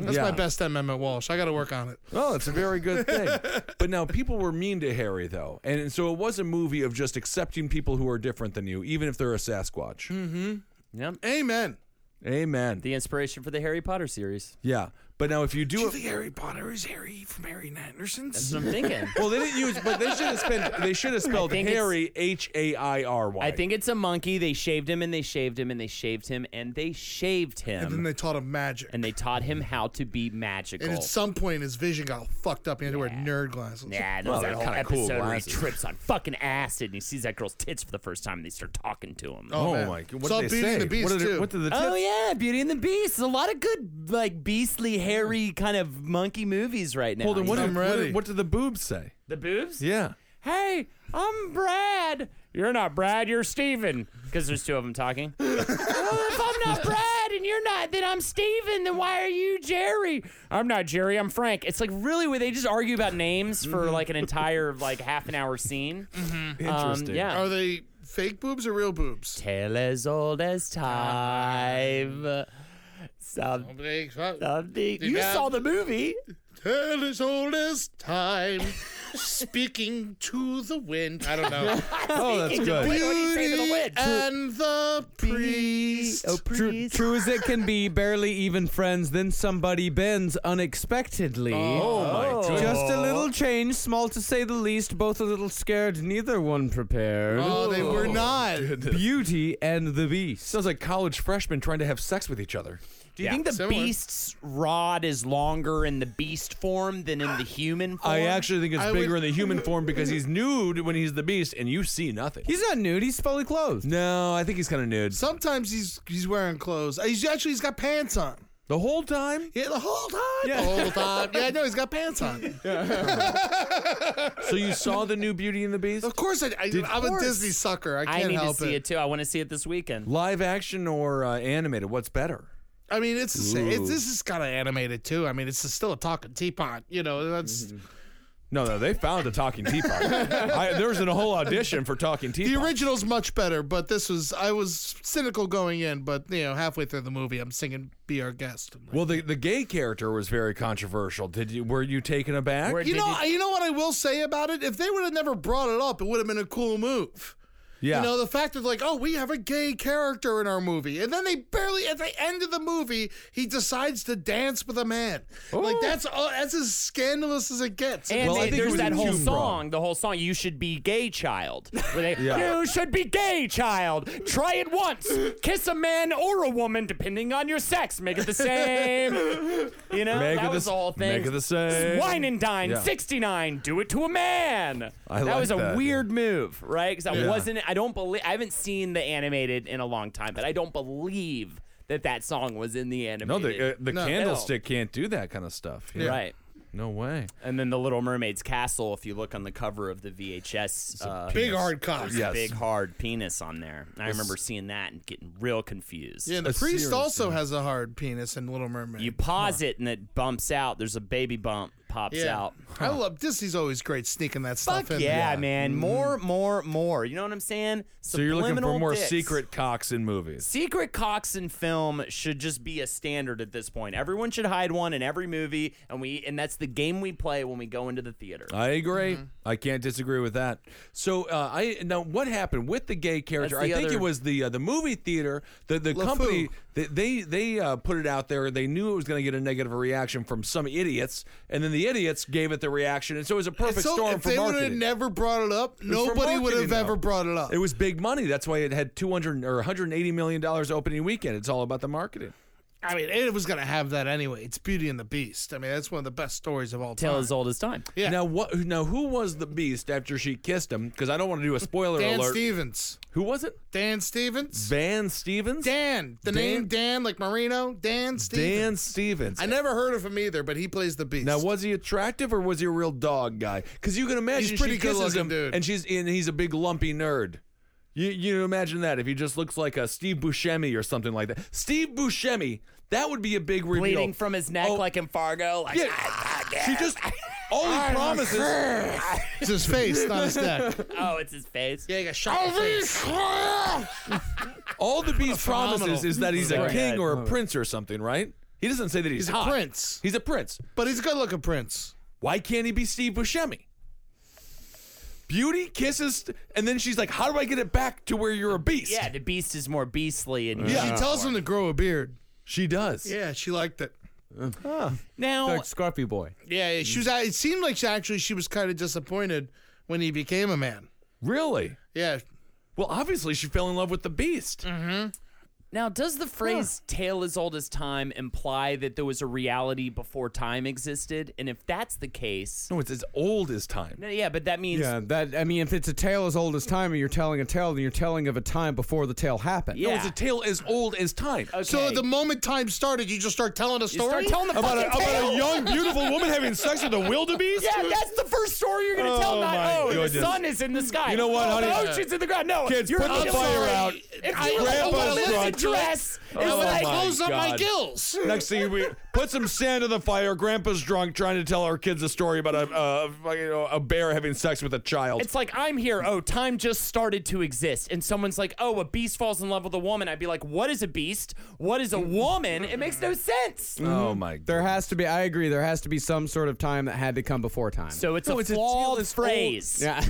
S7: That's
S9: Yeah.
S7: my best M Emmett Walsh. I got to work on it.
S9: Oh, it's a very good thing. but now people were mean to Harry though, and so it was a movie of just accepting people who are different than you, even if they're a Sasquatch.
S8: Yep.
S7: Amen.
S9: Amen.
S8: The inspiration for the Harry Potter series.
S9: yeah. But now if you do, it.
S7: Harry Potter is Harry from Harry Anderson's.
S8: That's what I'm thinking.
S9: well, they didn't use, but they should have spent. They should have spelled
S8: think it's-
S9: Harry H A I R Y.
S8: I think it's a monkey. They shaved him and they shaved him and they shaved him and they shaved
S7: And then
S8: him.
S7: they taught him magic.
S8: And they taught him how to be
S7: And
S8: magical.
S7: at some point, his vision got fucked up. He had to wear nerd glasses.
S8: Yeah, there's that
S9: they're
S8: whole
S9: kinda cool
S8: episode where he
S9: glasses.
S8: trips on fucking acid and he sees that girl's tits for the first time and they start talking to him.
S9: Oh,
S7: man.
S9: my god! What
S7: Saw
S9: did they
S7: Beauty
S9: say?
S7: and the Beast,
S9: what, did it,
S7: too.
S9: what did the
S8: Oh
S9: tits-
S8: yeah, Beauty and the Beast. A lot of good like beastly, hairy kind of monkey movies right now.
S9: Holden, what,
S7: I'm
S9: did, what,
S7: ready.
S9: did, what did the boobs say?
S8: the boobs?
S9: Yeah.
S8: Hey, I'm Brad. You're not Brad. You're Steven. Because there's two of them talking. well, if I'm not Brad and you're not, then I'm Steven. Then why are you Jerry? I'm not Jerry. I'm Frank. It's like really where they just argue about names for like an entire like half an hour scene.
S9: Interesting.
S8: Um, yeah.
S7: Are they fake boobs or real boobs?
S8: Tale as old as time. Some, something. You
S7: Yeah.
S8: saw the movie.
S7: Tale as old as time, speaking to the wind. I don't know.
S9: Oh, that's good.
S8: Wait, what did he say to the
S7: Beauty
S8: wind?
S7: and the the priest.
S8: Oh,
S6: True,
S8: please.
S6: true as it can be, barely even friends, then somebody bends unexpectedly.
S8: Oh, my
S6: Just a little change, small to say the least, both a little scared, neither one prepared.
S7: Oh, they were not.
S6: Beauty and the Beast.
S9: Sounds like college freshmen trying to have sex with each other.
S8: Do you think the
S7: similar.
S8: beast's rod is longer in the beast form than in the human form?
S9: I actually think it's
S7: I
S9: bigger
S7: would-
S9: in the human form because he's nude when he's the beast, and you see nothing.
S6: He's not nude, he's fully clothed.
S9: no, I think he's kind of nude
S7: Sometimes he's he's wearing clothes. He's actually he's got pants on.
S9: the whole time.
S7: Yeah, the whole time. The whole time. Yeah, no, he's got pants on.
S9: So you saw the new Beauty and the Beast,
S7: Of course, I, I, I'm a Disney sucker. I
S8: I
S7: can't
S8: need to
S7: help
S8: see it.
S7: it.
S8: too. I want to see it this weekend.
S9: live action or uh, animated? What's better?
S7: I mean, it's the same. It's, this is kind of animated too. I mean, it's still a talking teapot. You know, that's
S9: No, no, they found a talking teapot. I, there was a whole audition for talking
S7: the
S9: teapot.
S7: original's much better. But this was I was cynical going in, but you know, halfway through the movie, I'm singing "Be Our Guest." I'm like,
S9: well, the, the gay character was very controversial. Did you were you taken aback?
S8: Where
S7: You
S8: did
S7: know,
S8: it-
S7: you know what I will say about it. If they would have never brought it up, it would have been a cool move.
S9: yeah,
S7: You know, the fact that like, oh, we have a gay character in our movie, and then they barely at the end of the movie he decides to dance with a man. Like that's all. That's as scandalous as it gets.
S8: and
S9: Well, I
S8: they-
S9: think it
S8: there's
S9: was
S8: that
S9: a
S8: whole
S9: humor.
S8: song, the whole song, You Should Be Gay Child. Where they,
S9: Yeah.
S8: You should be gay, child. Try it once. Kiss a man or a woman, depending on your sex. Make it the same. You know,
S9: Make
S8: that
S9: it the
S8: was the
S9: s-
S8: whole thing.
S9: make it the same.
S8: Wine and dine,
S9: Yeah.
S8: 69. Do it to a man.
S9: I
S8: that
S9: like
S8: was a
S9: that.
S8: weird move, right? Because I wasn't, I don't believe, I haven't seen the animated in a long time, but I don't believe that that song was in the animated.
S9: no, the uh, the
S7: No.
S9: candlestick can't do that kind of stuff. Yeah.
S8: Right.
S9: No way.
S8: And then the Little Mermaid's castle. If you look on the cover of the VHS, uh,
S7: Big hard cock.
S8: there's a
S9: yes.
S8: big hard penis on there. And I remember seeing that and getting real confused.
S7: Yeah, and the
S9: A
S7: priest
S9: serious
S7: also has a hard penis in Little Mermaid.
S8: You pause it and it bumps out. There's a baby bump pops
S7: yeah.
S8: out.
S7: I love Disney's always great sneaking that stuff
S8: Fuck
S7: in.
S8: yeah, man! More, more, more. You know what I'm saying?
S9: Mm-hmm. So you're looking for more
S8: dicks.
S9: secret cocks in movies.
S8: Secret cocks in film should just be a standard at this point. Everyone should hide one in every movie, and we and that's the game we play when we go into the theater.
S9: I agree.
S8: Mm-hmm.
S9: I can't disagree with that. So uh, I now what happened with the gay character?
S8: That's the
S9: I think it
S8: other-
S9: was the uh, the movie theater. The the company they they, they uh, put it out there. They knew it was going to get a negative reaction from some idiots, and then the idiots gave it the reaction, and so it was a perfect
S7: So
S9: storm
S7: if
S9: for
S7: they would have
S9: marketing.
S7: never brought it up,
S9: It was for
S7: nobody would have
S9: marketing,
S7: ever
S9: though.
S7: brought it up.
S9: It was big money. That's why it had two hundred or one hundred eighty million dollars opening weekend. It's all about the marketing.
S7: I mean, it was going to have that anyway. It's Beauty and the Beast. I mean, that's one of the best stories of all time.
S8: Tale as old as time.
S7: Yeah.
S9: Now what? Now who was the beast after she kissed him? Because I don't want to do a spoiler
S7: Dan
S9: alert.
S7: Stevens.
S9: Who was it?
S7: Dan Stevens.
S9: Van Stevens.
S7: Dan. The
S9: Dan-
S7: name Dan, like Marino. Dan Stevens.
S9: Dan Stevens.
S7: I never heard of him either, but he plays the Beast.
S9: Now, was he attractive or was he a real dog guy? Because you can imagine
S7: pretty
S9: she kisses
S7: good-looking
S9: him,
S7: dude.
S9: and she's and he's a big lumpy nerd. You you imagine that if he just looks like a Steve Buscemi or something like that. Steve Buscemi, that would be a big reveal.
S8: bleeding from his neck
S9: Oh,
S8: like in Fargo. Like, "Ah,
S9: yeah. She just all he promises.
S7: It's his face, not his neck.
S8: oh, it's his face.
S7: Yeah, he got shot.
S9: Oh,
S7: in the face.
S9: All the beast promises
S7: Phenomenal.
S9: is that he's a
S8: Sorry.
S9: king or a prince or something, right? He doesn't say that he's,
S7: He's a
S9: hot.
S7: prince,
S9: He's a prince.
S7: but he's a good-looking prince.
S9: Why can't he be Steve Buscemi? Beauty kisses, and then she's like, "How do I get it back to where you're a beast?"
S8: Yeah, the beast is more beastly and
S7: She tells him to grow a beard.
S9: she does.
S7: Yeah, she liked it.
S8: now
S6: Like Scarpy Boy.
S7: Yeah, yeah, she was. It seemed like she actually she was kind of disappointed when he became a man.
S9: Really?
S7: Yeah,
S9: Well, obviously she fell in love with the beast.
S8: Mm-hmm. now does the phrase tale as old as time imply that there was a reality before time existed? And if that's the case,
S9: No, it's as old as time.
S8: no, yeah, but that means
S6: Yeah, that I mean, if it's a tale as old as time, and you're telling a tale, then you're telling of a time before the tale happened.
S8: yeah.
S9: It's a tale as old as time.
S8: okay.
S7: So the moment time started, you just start telling a
S8: You start
S7: story.
S8: telling the
S9: About a,
S8: fucking
S9: about
S8: tale.
S9: a young, beautiful woman having sex with a wildebeest?
S8: yeah, that's the first story you're gonna tell.
S9: Oh,
S8: Not
S9: my
S8: oh, and the
S9: goodness.
S8: sun is in the sky.
S9: You know what,
S8: oh,
S9: honey?
S8: The ocean's in the ground. No,
S9: Kids,
S8: you're
S9: put the
S8: I'm
S9: fire
S8: sorry.
S9: out.
S8: If you were like,
S9: Grandpa's
S8: oh, what
S9: drunk.
S8: a dress. It's
S9: Oh,
S8: like,
S9: my
S7: Close up my
S9: God.
S7: gills.
S9: Next thing we put some sand in the fire. Grandpa's drunk, trying to tell our kids a story about a uh, you know, a bear having sex with a child.
S8: It's like I'm here. Oh, time just started to exist, and someone's like, "Oh, a beast falls in love with a woman." I'd be like, "What is a beast? What is a woman?" It makes no sense.
S9: oh my
S6: There
S9: god!
S6: has to be. I agree. There has to be some sort of time that had to come before time.
S8: So it's
S9: No,
S8: a
S9: it's a tale
S8: flawed
S9: as old-
S8: phrase.
S6: yeah,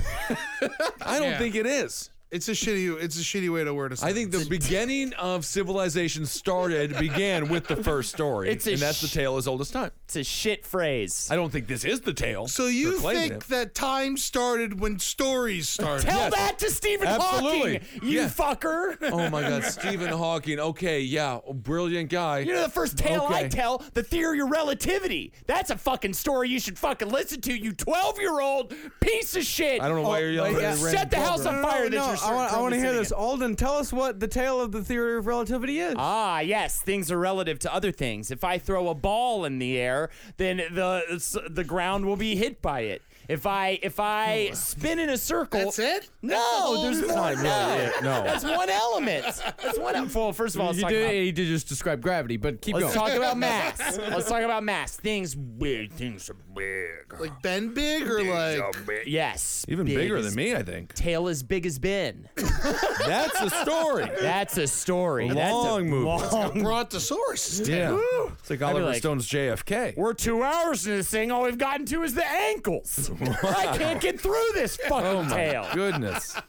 S9: I don't think it is.
S7: It's a shitty. It's a shitty way to word a
S9: I
S7: sentence.
S9: think the beginning of civilization started began with the first story,
S8: It's a
S9: and that's the
S8: sh-
S9: tale as old as time.
S8: It's a shit phrase.
S9: I don't think this is the tale.
S7: So you
S9: They're claiming
S7: think
S9: it.
S7: that time started when stories started?
S8: Tell
S9: Yes.
S8: that to Stephen
S9: Absolutely.
S8: Hawking, you
S9: Yeah.
S8: fucker.
S9: Oh my God, Stephen Hawking. Okay, yeah, brilliant guy.
S8: You know the first tale I
S9: Okay.
S8: tell, the theory of relativity. That's a fucking story you should fucking listen to, you 12 year old piece of shit.
S9: I don't know why you're yelling.
S6: Wait,
S9: at
S6: Oh, yeah.
S9: Rand
S8: Set Oh, the house
S9: Goldberg.
S8: on fire that you're
S6: I want, I
S8: currently
S6: want to hear
S8: sitting
S6: this.
S8: in.
S6: Alden, tell us what the tale of the theory of relativity is.
S8: Ah, yes, things are relative to other things. If I throw a ball in the air, then the the ground will be hit by it. If I if I spin in a circle,
S7: That's it?
S8: No, there's more. No,
S9: no.
S8: that's one element. That's one. el- Well, first of all, let's
S6: you
S8: talk
S6: did,
S8: about
S6: you did just describe gravity, but keep
S8: Let's
S6: going.
S8: talk about mass. Let's talk about mass. Things weird. Things are big.
S7: like Ben Big or like
S8: Yes.
S9: Even
S8: big
S9: bigger
S8: as-
S9: than me, I think.
S8: Tail as big as Ben.
S9: That's a story.
S8: That's a story. That's a
S9: Long movie.
S8: Long.
S7: Brontosaurus.
S9: Yeah, it's like Oliver
S8: like-
S9: Stone's JFK.
S8: We're two hours into this thing. All we've gotten to is the ankles. I can't get through this fucking tail.
S9: Goodness,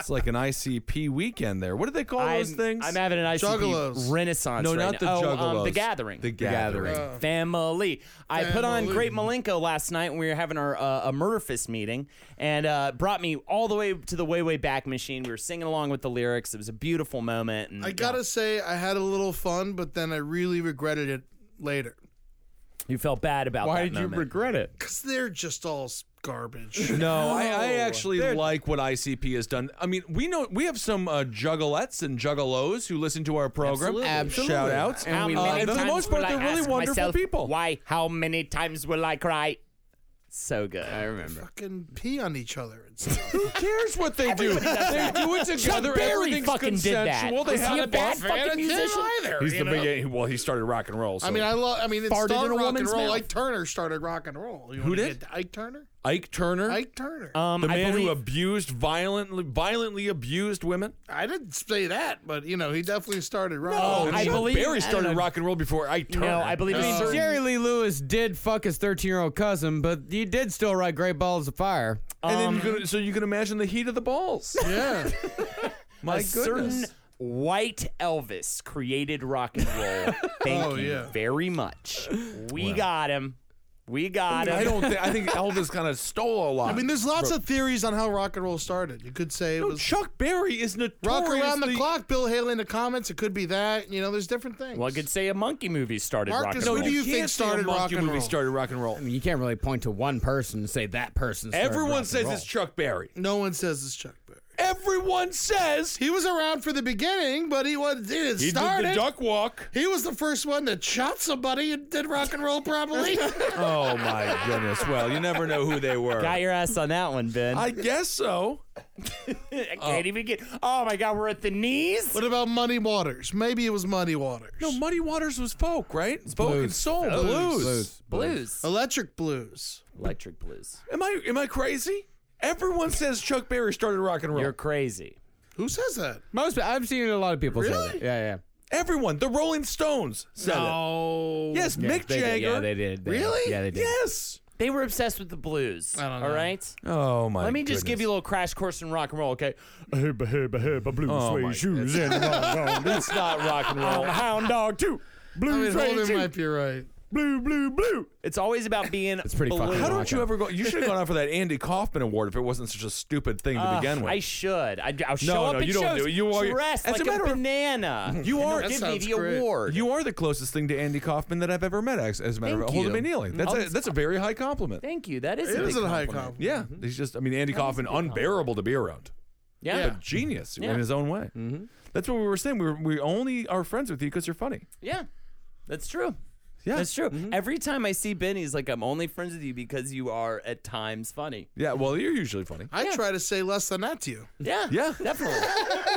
S9: it's like an ICP weekend there. What do they call
S8: I'm,
S9: those things?
S8: I'm having an ICP
S7: Juggalos.
S8: renaissance.
S9: no,
S8: right
S9: not the
S8: now. Oh,
S9: Juggalos.
S8: um, the Gathering.
S9: The Gathering.
S8: Family. I put on
S7: Family.
S8: Great Malenko last night when we were having our uh, a murder fist meeting, and uh, brought me all the way to the way way back machine. We were singing along with the lyrics. It was a beautiful moment. And,
S7: I gotta say, I had a little fun, but then I really regretted it later
S8: you felt bad about.
S6: Why
S8: that
S6: did you
S8: moment.
S6: regret it?
S7: because they're just all s- garbage.
S9: No, I, I actually like what ICP has done. I mean, we know we have some uh, juggalettes and juggalos who listen to our program.
S6: Absolutely.
S9: Shout outs.
S6: And we
S9: Uh,
S6: love
S9: and for the
S6: them.
S9: most part,
S8: will I
S9: they're really
S8: ask
S9: wonderful
S8: myself
S9: people.
S8: Why? How many times will I cry? So good.
S6: I remember.
S7: Fucking pee on each other and stuff.
S9: Who cares what they do? They do it together.
S8: Barry
S9: Everything's
S8: fucking did that.
S9: consensual. They
S8: Was
S9: have
S8: he a
S9: fun.
S8: bad fucking musician?
S9: He's the big. Well, he started rock and roll. So.
S7: I mean, I love. I mean, it
S8: Farted
S7: started
S8: in a
S7: rock and
S8: woman's
S7: roll.
S8: mouth.
S7: Ike Turner started rock and roll. You Who
S9: did?
S7: Ike Turner.
S9: Ike Turner,
S7: Ike Turner.
S8: Um,
S9: the
S8: I
S9: man who
S8: believe-
S9: abused violently, violently abused women.
S7: I didn't say that, but you know, he definitely started rock.
S8: Oh,
S7: and
S8: I
S7: roll.
S9: Chuck
S8: believe- I
S9: Berry
S8: don't
S9: started
S8: know.
S9: rock and roll before Ike Turner.
S8: No, I believe
S6: I mean,
S8: it's certain-
S6: Jerry Lee Lewis did fuck his 13 year old cousin, but he did still write Great Balls of Fire.
S9: And
S8: um,
S9: then you can, so you can imagine the heat of the balls.
S7: yeah.
S9: My
S8: a
S9: goodness.
S8: certain white Elvis created rock and roll. Thank
S7: Oh,
S8: you
S7: yeah.
S8: very much. We got him. We got him.
S9: I don't. think I think Elvis kind of stole a lot.
S7: I mean, there's lots of theories on how rock and roll started. You could say it was
S9: Chuck Berry is
S7: rock
S9: notoriously
S7: around the clock. Bill Haley in the comments. It could be that. You know, there's different things.
S8: well, I could say a monkey movie started rock
S7: Marcus,
S8: and roll.
S7: who do you
S9: Can't
S7: think
S9: say a
S7: started rock
S9: monkey
S7: and
S9: movie
S7: roll?
S9: started rock and roll.
S6: I mean, you can't really point to one person and say that person. started rock
S9: Everyone
S6: and
S9: says
S6: roll.
S9: it's Chuck Berry.
S7: No one says it's Chuck Berry.
S9: Everyone says
S7: He was around for the beginning, but he was he didn't
S9: he
S7: start
S9: did the
S7: it.
S9: duck walk.
S7: He was the first one that shot somebody and did rock and roll properly.
S9: Oh my goodness. Well, you never know who they were.
S8: Got your ass on that one, Ben. I,
S9: I guess so.
S8: can't even get. Oh my God, we're at the knees.
S7: what about Muddy Waters? Maybe it was Muddy Waters.
S9: No, Muddy Waters was folk, right? folk and
S6: blues.
S9: soul, blues.
S6: Blues.
S8: Blues,
S7: Electric Blues.
S8: electric blues.
S9: Am I am I crazy? Everyone says Chuck Berry started rock and roll.
S8: You're crazy.
S7: Who says that?
S6: Most, I've seen a lot of people say
S7: Really?
S6: that. Yeah, yeah.
S9: Everyone, the Rolling Stones said
S7: No.
S9: it. Yes, Mick
S6: They
S9: Jagger.
S6: did, yeah, they did. They-
S7: Really?
S6: Yeah, they did.
S9: Yes.
S8: They were obsessed with the blues. I don't know. All right.
S9: Oh my.
S8: Let me just give you a little crash course in rock and roll, okay? Hubba, hubba, hubba, blue suede shoes and rock That's not rock and roll.
S9: Uh-huh.
S8: I'm a hound dog too. Blue
S7: I mean,
S8: suede
S7: Holden
S8: shoes.
S7: might be right.
S8: blue, blue, blue. It's always about being. it's
S6: pretty
S8: blue.
S6: fucking
S9: How
S6: rock.
S9: don't you ever go? You should have gone out for that Andy Kaufman Award if it wasn't such a stupid thing to begin with.
S8: Ah, I should. I, I'll show
S9: No,
S8: up
S9: no,
S8: at
S9: you
S8: shows
S9: don't do it. You are-
S8: dressed
S9: As a
S8: like
S9: matter of-
S8: banana.
S9: you are
S8: give me
S7: sounds
S8: the
S7: great.
S8: award.
S9: you are the closest thing to Andy Kaufman that I've ever met. As, as a matter of
S8: Thank
S9: fact, Holden
S8: you.
S9: May Neely. That's a,
S8: Holden's-
S9: that's a very high compliment.
S8: Thank you. That is
S7: It
S8: a
S7: is
S8: big
S7: a high
S8: compliment.
S7: compliment.
S9: Yeah, he's just. I mean, Andy Kaufman, unbearable to be around.
S8: Yeah.
S7: Yeah.
S9: Genius
S8: Yeah.
S9: in his own way. Mm-hmm. That's what we were saying. We were, we only are friends with you because you're funny.
S8: Yeah. That's true.
S9: Yeah, Mm-hmm.
S8: That's true. Every time I see Ben, he's like, I'm only friends with you because you are at times funny.
S9: Yeah, well, you're usually funny.
S7: I try to say less than that to you.
S8: Yeah.
S9: Yeah.
S8: Definitely.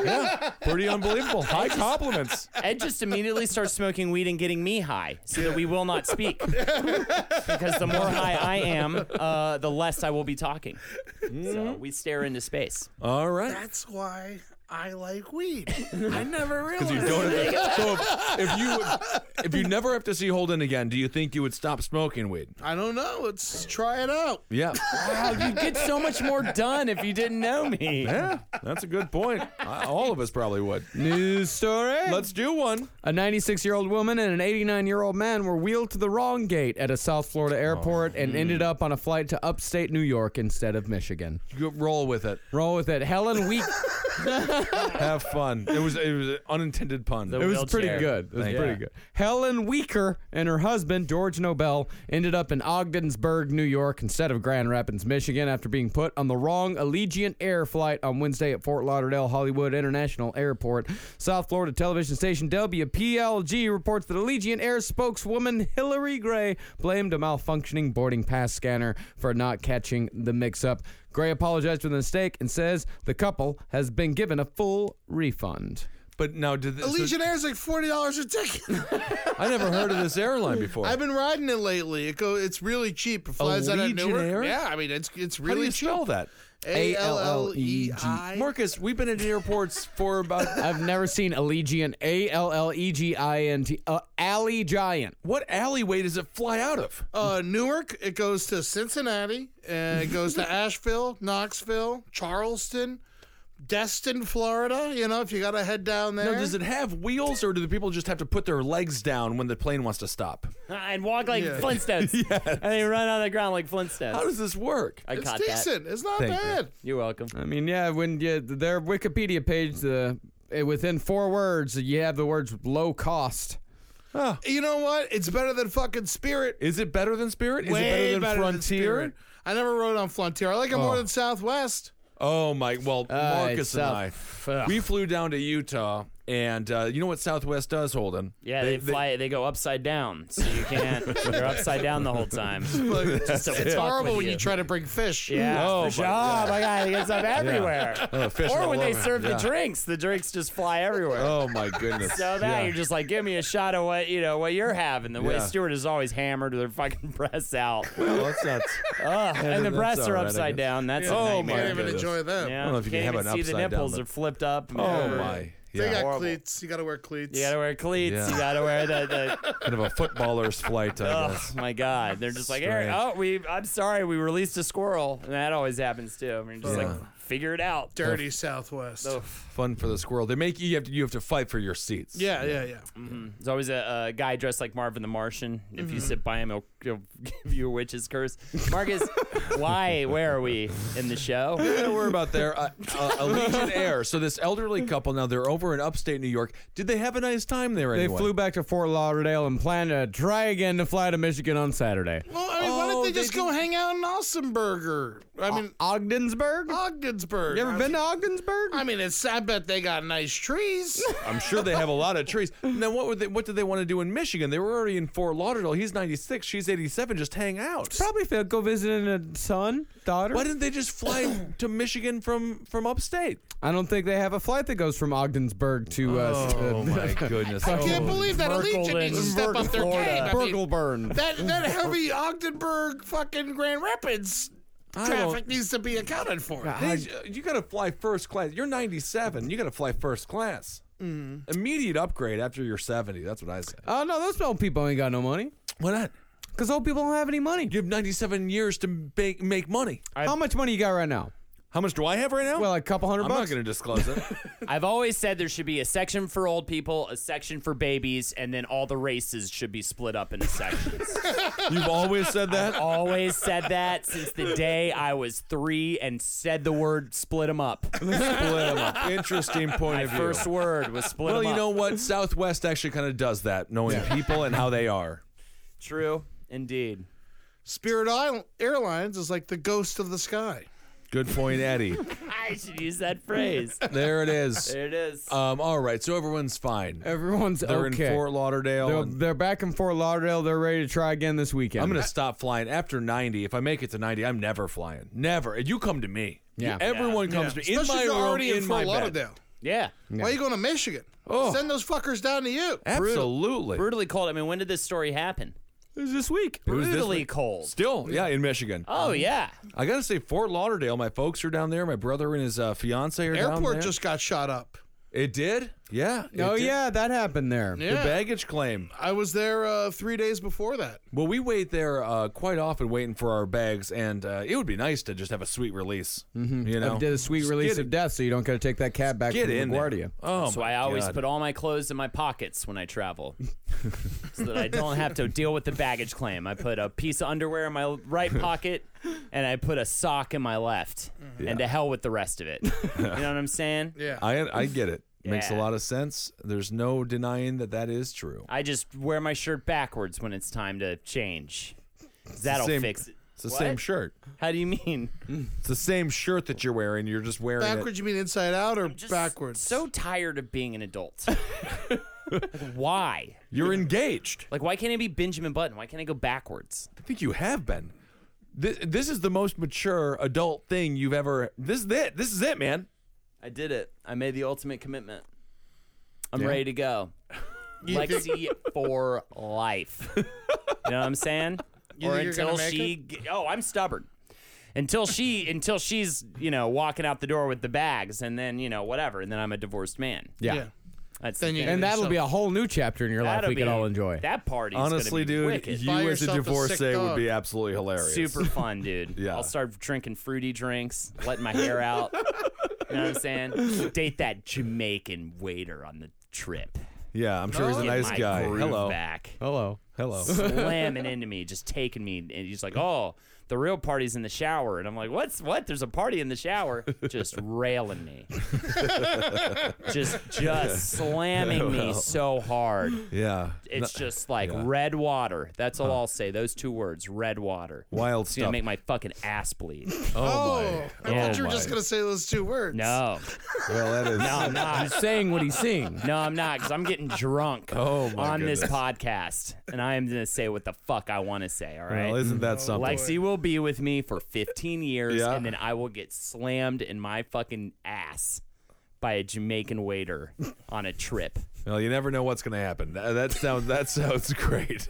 S9: Yeah, pretty unbelievable. High compliments.
S8: Ed just immediately starts smoking weed and getting me high so that we will not speak. because the more high I am, uh, the less I will be talking. So we stare into space.
S9: All right.
S7: That's why I like weed.
S9: Because you don't. Have, so if, if you if you never have to see Holden again, do you think you would stop smoking weed?
S7: I don't know. Let's try it out.
S9: Yeah.
S8: Wow, you'd get so much more done if you didn't know me.
S9: yeah, that's a good point. I, all of us probably would.
S6: News story.
S9: Let's do one.
S6: A 96 year old woman and an 89 year old man were wheeled to the wrong gate at a South Florida airport and ended up on a flight to upstate New York instead of Michigan.
S9: You roll with it.
S6: Roll with it. Helen Week.
S9: Have fun. It was it was an unintended pun.
S6: It was pretty
S8: Wheelchair.
S6: good. It was
S9: Thank
S6: pretty
S9: you.
S6: good. Helen Weaker and her husband, George Nobel, ended up in Ogdensburg, New York, instead of Grand Rapids, Michigan, after being put on the wrong Allegiant Air flight on Wednesday at Fort Lauderdale Hollywood International Airport. South Florida television station WPLG reports that Allegiant Air spokeswoman Hillary Gray blamed a malfunctioning boarding pass scanner for not catching the mix up. Gray apologized for the mistake and says the couple has been given a full refund.
S9: but now did this,
S7: Allegiant Air's like forty dollars a ticket.
S9: I never heard of this airline before.
S7: I've been riding it lately. It go. It's really cheap. It flies out of
S9: Allegiant
S7: Newark.
S9: Air?
S7: Yeah, I mean it's it's
S9: How do
S7: really
S9: you spell
S7: cheap.
S9: that?
S7: A L L E I.
S9: Marcus, we've been at airports for about
S6: I've never seen Allegiant. A L L E G I N T. Uh, Alley Giant.
S9: what alleyway does it fly out of?
S7: Uh, Newark. It goes to Cincinnati. And it goes to Asheville, Knoxville, Charleston, Destin, Florida. You know, if you gotta head down there.
S9: Now, does it have wheels, or do the people just have to put their legs down when the plane wants to stop?
S8: Ah, And walk like
S7: Yeah.
S8: Flintstones. And they run on the ground like Flintstones.
S9: How does this work?
S8: I
S7: it's
S8: caught that.
S7: decent. It's not bad.
S8: You're welcome.
S6: I mean, yeah, when you, their Wikipedia page, the eh, within four words, you have the words low cost.
S7: You know what? It's better than fucking Spirit.
S9: Is it better than Spirit? Is
S7: Way
S9: it better than Frontier?
S7: Spirit. I never rode on Frontier. I like it more than Southwest.
S9: oh my! Well,
S6: it's
S9: Marcus and
S6: South-
S9: I,
S6: ugh.
S9: we flew down to Utah, and uh, you know what Southwest does, Holden?
S8: Yeah, they, fly. They, go upside down, so you can't. you're upside down the whole time. Just to
S7: It's
S8: fuck
S7: horrible
S8: with
S7: when you. try to bring fish.
S8: Yeah,
S9: Oh,
S8: for
S9: but-
S8: sure. Oh my god, it gets up everywhere.
S9: Oh, fish
S8: or
S9: all
S8: when they
S9: over.
S8: serve
S9: Yeah.
S8: the drinks, the drinks just fly everywhere.
S9: Oh my goodness!
S8: So now
S9: Yeah.
S8: you're just like, give me a shot of what you know what you're having. The way
S9: Yeah.
S8: Stewart is always hammered, their fucking breasts out,
S9: Well, Oh, that's not.
S8: Ugh, and the
S9: that's
S8: breasts
S9: all
S8: are
S9: right, I
S8: upside
S9: guess.
S8: down. That's a
S9: Oh,
S7: I
S8: nightmare.
S7: can't even
S9: Marcus.
S7: enjoy them.
S8: Yeah,
S9: I don't know if you can have
S8: even
S9: an
S8: see the
S9: upside down
S8: nipples
S9: look.
S8: are flipped up.
S9: Oh my!
S7: They
S9: Yeah,
S7: got
S8: Horrible.
S7: cleats. You got to wear cleats.
S8: You gotta wear cleats.
S9: Yeah.
S8: You gotta wear the. the
S9: kind of a footballer's flight, I
S8: Oh
S9: guess.
S8: my God! They're just like, "Hey,
S9: Strange.
S8: oh, we. I'm sorry, we released a squirrel, and that always happens too. I mean, just
S9: Yeah.
S8: like figure it out.
S7: Dirty Southwest.
S9: Fun for the squirrel. They make you, you have to you have to fight for your seats.
S7: Yeah, yeah, yeah.
S8: There's always a, a guy dressed like Marvin the Martian. If
S9: Mm-hmm.
S8: you sit by him, he'll, he'll give you a witch's curse. Marcus, why? Where are we in the show?
S9: Don't worry about there. Uh, uh, Allegiant Air. So this elderly couple now they're over in upstate New York. Did they have a nice time there?
S6: They
S9: Anyway?
S6: flew back to Fort Lauderdale and plan to try again to fly to Michigan on Saturday.
S7: Well, I mean, why
S9: Oh,
S7: did
S9: they
S7: they just go hang out in Ossenburger? I mean,
S6: Ogdensburg?
S7: Ogdensburg.
S6: you ever
S7: I
S6: been to
S7: mean-
S6: Ogdensburg?
S7: I mean, it's. I bet they got nice trees.
S9: I'm sure they have a lot of trees. Now what would they, what did they want to do in Michigan? They were already in Fort Lauderdale. He's 96. She's 87. Just hang out.
S6: Probably feel go visiting a son, daughter.
S9: Why didn't they just fly to Michigan from from upstate?
S6: I don't think they have a flight that goes from Ogdensburg to uh, s-
S9: Oh my goodness!
S7: I can't believe that Allegiant needs to step up their game. I mean,
S6: Burgleburn.
S7: that that heavy Ogdenburg fucking Grand Rapids traffic needs to be accounted for.
S9: They- you got to fly first class. You're 97. You got to fly first class.
S6: Mm.
S9: Immediate upgrade after you're 70. That's what I say.
S6: Oh no, those old people ain't got no money.
S9: Why not?
S6: Cause old people don't have any money.
S9: You have 97 years to make, make money.
S6: How much money you got right now?
S9: How much do I have right now?
S6: Well, a couple 100
S9: I'm not
S6: bucks.
S9: going to disclose it.
S8: I've always said there should be a section for old people, a section for babies, and then all the races should be split up into sections.
S9: You've always said that.
S8: always said that since the day I was three and said the word "split 'em up."
S9: Split 'em up. Interesting point
S8: My
S9: of view.
S8: first word was "split 'em
S9: well, you
S8: up."
S9: know what? Southwest actually kind of does that, knowing people and how they are.
S8: True, indeed.
S7: Spirit Isle- Airlines is like the ghost of the sky.
S9: Good point, Eddie.
S8: I should use that phrase.
S9: there it is.
S8: There it is.
S9: Um, all right, so everyone's fine.
S6: Everyone's
S9: They're
S6: okay.
S9: in Fort Lauderdale.
S6: they're,
S9: and-
S6: they're back in Fort Lauderdale. They're ready to try again this weekend.
S9: I'm gonna stop flying after 90. If I make it to 90, I'm never flying. Never. And You come to me.
S6: Yeah.
S9: You- everyone comes to
S7: Especially
S9: me. in
S7: if
S9: my
S7: you're
S9: room,
S7: already
S9: in
S7: in Fort
S9: my bed.
S7: Lauderdale.
S8: yeah.
S7: Why are you going to Michigan?
S9: Oh.
S7: Send those fuckers down to you.
S9: Absolutely.
S8: Brutally cold. I mean, when did this story happen?
S6: It was this week.
S9: was this
S8: Brutally
S9: week.
S8: cold.
S9: Still, yeah, in Michigan.
S8: Oh yeah.
S9: I gotta say, Fort Lauderdale. My folks are down there. My brother and his uh, fiance are down there.
S7: Airport just got shot up.
S9: It did. Yeah. it
S6: Oh
S9: did.
S6: yeah, that happened there.
S9: The
S7: Yeah.
S9: baggage claim.
S7: I was there uh, three days before that.
S9: Well, we wait there uh, quite often waiting for our bags, and uh, it would be nice to just have a sweet release. Mm-hmm. You know,
S6: I did a sweet
S9: Just
S6: release
S9: get,
S6: of death, so you don't got to take that cab back
S9: Get
S6: to
S9: in there.
S6: LaGuardia.
S9: Oh,
S8: so
S9: my
S8: I always
S9: God.
S8: put all my clothes in my pockets when I travel, so that I don't have to deal with the baggage claim. I put a piece of underwear in my right pocket, and I put a sock in my left,
S9: Mm-hmm.
S8: and to hell with the rest of it. you know what I'm saying?
S7: Yeah.
S9: I I get it. Makes a
S8: Yeah.
S9: lot of sense. There's no denying that that is true.
S8: I just wear my shirt backwards when it's time to change. That'll
S9: same-
S8: fix it.
S9: It's the same
S8: What?
S9: shirt.
S8: How do you mean?
S7: Mm-hmm.
S9: It's the same shirt that you're wearing. You're just wearing
S7: backwards, you mean inside out or
S8: Just
S7: backwards?
S8: So tired of being an adult. Like, why?
S9: it. You're engaged.
S8: Like, why can't I be Benjamin Button? Why can't I go backwards?
S9: I think you have been. This, this is the most mature adult thing you've ever. This is it. This is it, man.
S8: I did it. I made the ultimate commitment. I'm ready to go. Lexi for life. You know what I'm saying? or
S7: think you're gonna
S8: until
S7: make
S8: she g- oh, I'm stubborn. Until she until she's, you know, walking out the door with the bags and then, you know, whatever, and then I'm a divorced man.
S6: Yeah.
S7: yeah.
S8: That's
S7: Then
S8: the
S7: you-
S8: thing.
S6: And that'll be a whole new chapter in your life
S8: That'll
S6: we can
S8: be-
S6: all enjoy.
S8: That party.
S9: Honestly, dude,
S8: wicked.
S9: you
S7: Buy
S9: as a
S7: yourself a sick
S9: divorcee would
S7: dog.
S9: be absolutely hilarious.
S8: super fun, dude.
S9: Yeah.
S8: I'll start drinking fruity drinks, letting my hair out. you know what I'm saying? Date that Jamaican waiter on the trip.
S9: Yeah, I'm sure he's a
S8: Get
S9: nice
S8: my
S9: guy.
S8: groove
S9: Hello.
S8: back.
S6: Hello.
S9: Hello.
S8: Slamming into me, just taking me, and he's like, "Oh, the real party's in the shower," and I'm like, "What's what? There's a party in the shower." Just railing me, just just slamming me so hard.
S9: yeah.
S8: It's
S9: No-
S8: just like
S9: yeah.
S8: red water. That's all I'll say. Those two words, red water.
S9: Wild
S8: It's gonna
S9: stuff.
S8: make my fucking ass bleed.
S7: Oh, I
S8: Yeah.
S7: thought you were just
S9: my.
S7: gonna say those two words.
S8: No,
S9: well, that is.
S8: no, I'm not.
S6: Saying what he's seeing.
S8: No, I'm not, because I'm getting drunk
S9: Oh, my
S8: on this
S9: goodness.
S8: podcast, and I am gonna say what the fuck I want to say. All right.
S9: Well, isn't that something?
S8: Lexi will be with me for 15 years,
S9: Yeah.
S8: and then I will get slammed in my fucking ass by a Jamaican waiter on a trip.
S9: Well, you never know what's going to happen. That, that sounds that sounds great.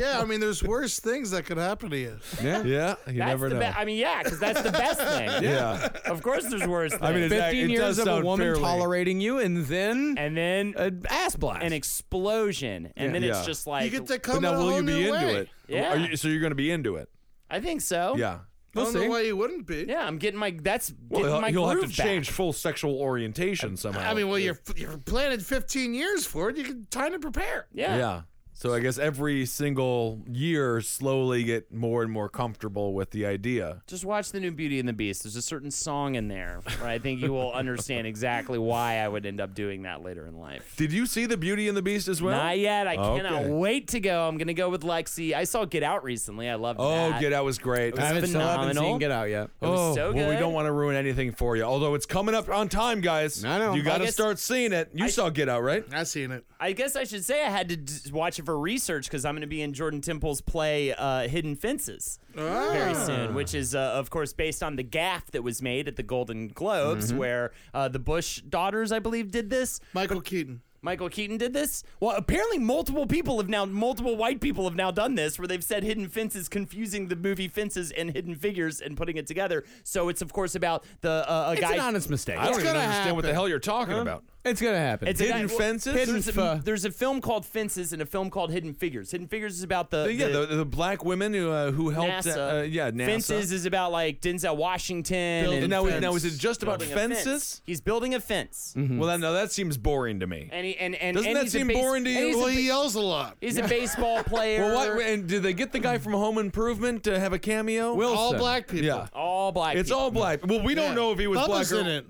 S7: Yeah, I mean, there's worse things that could happen to you.
S9: yeah, you
S8: That's
S9: never
S8: the
S9: know.
S8: be- I mean, yeah, because that's the best thing.
S9: yeah,
S8: Of course, there's worse things.
S9: mean, it- Exact-
S6: 15
S9: does
S6: years of a
S9: sound
S6: woman
S9: fairly-
S6: tolerating you, and then
S8: and then
S6: an ass blast.
S8: an explosion, and then
S9: Yeah.
S8: it's just like
S7: You get to
S9: but
S7: come in a
S9: now will
S7: whole
S9: you be
S7: new
S9: into
S7: way.
S9: it?
S8: Yeah.
S9: Are you, so you're going to be into it?
S8: I think so.
S9: Yeah.
S7: I don't
S6: see.
S7: know why you wouldn't be.
S8: yeah. I'm getting my that's
S9: Well,
S8: getting
S9: you'll,
S8: my
S9: you'll have to
S8: groove back.
S9: change full sexual orientation somehow.
S7: I mean, well, you're you're planning 15 years for it. You can time to prepare.
S8: Yeah.
S9: Yeah. So I guess every single year, slowly get more and more comfortable with the idea.
S8: Just watch the new Beauty and the Beast. There's a certain song in there where I think you will understand exactly why I would end up doing that later in life.
S9: Did you see the Beauty and the Beast as well?
S8: Not yet. I cannot
S9: Okay.
S8: wait to go. I'm gonna go with Lexi. I saw Get Out recently. I loved
S9: Oh,
S8: that.
S9: Get Out was great.
S6: I haven't, still haven't
S8: phenomenal.
S6: seen Get Out yet.
S8: was
S9: oh,
S8: so
S9: well, we
S8: good.
S9: don't want to ruin anything for you. Although it's coming up on time, guys.
S6: I know.
S9: You got to
S8: guess-
S9: start seeing it. You saw Get Out, right?
S7: I seen it.
S8: I guess I should say I had to d- watch it for research because I'm gonna be in Jordan Temple's play uh, Hidden Fences very
S9: Ah.
S8: soon, which is uh, of course based on the gaff that was made at the Golden Globes
S9: Mm-hmm.
S8: where uh, the Bush daughters, I believe, did this.
S7: Michael Keaton.
S8: Michael Keaton did this? Well, apparently multiple people have now multiple white people have now done this where they've said Hidden Fences confusing the movie Fences and Hidden Figures and putting it together. So it's of course about the uh, a
S6: It's
S8: guy
S6: an honest mistake.
S9: I don't even
S7: gonna
S9: understand what the
S7: happen.
S9: hell you're talking about.
S6: It's gonna happen.
S8: It's a guy-
S9: Hidden
S8: well,
S9: Fences?
S8: Hidden-
S6: There's a-
S8: there's a film called Fences and a film called Hidden Figures. Hidden Figures is about the,
S9: yeah, the, the black women who uh, who helped.
S8: NASA.
S9: Uh, yeah, NASA.
S8: Fences is about like Denzel Washington.
S9: And
S8: And
S9: now,
S8: fence.
S9: now is it just about
S8: Building a fence.
S9: fences?
S8: He's building a fence.
S9: Well, then, now that seems boring to me.
S8: And he and and
S9: Doesn't
S8: and
S9: that
S8: he's a
S9: seem
S8: base-
S9: boring to
S8: and
S9: you?
S8: He's
S7: Well,
S8: a,
S7: he yells a lot.
S8: he's a baseball player.
S9: Well, what? And did they get the guy from Home Improvement to have a cameo?
S6: Wilson.
S7: All black people.
S9: Yeah.
S8: All black.
S9: It's
S8: people.
S9: all black. Well, we don't
S7: Yeah.
S9: know if he was
S7: Bubba's
S9: black or
S7: in it.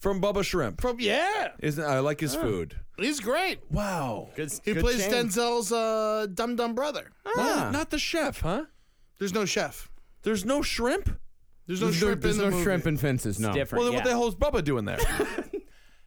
S9: from Bubba Shrimp.
S7: From yeah,
S9: Isn't I like his food?
S7: he's great.
S9: Wow.
S8: Good,
S7: He
S8: good
S7: plays
S8: shame.
S7: Denzel's uh, dumb dumb brother.
S9: Not- Not the chef, huh?
S7: There's no chef.
S9: There's no shrimp.
S7: There's no shrimp
S6: there's
S7: in the
S6: no
S7: movie.
S6: shrimp and fences. No.
S8: different.
S9: Well, then
S8: yeah.
S9: what the hell's Bubba doing there?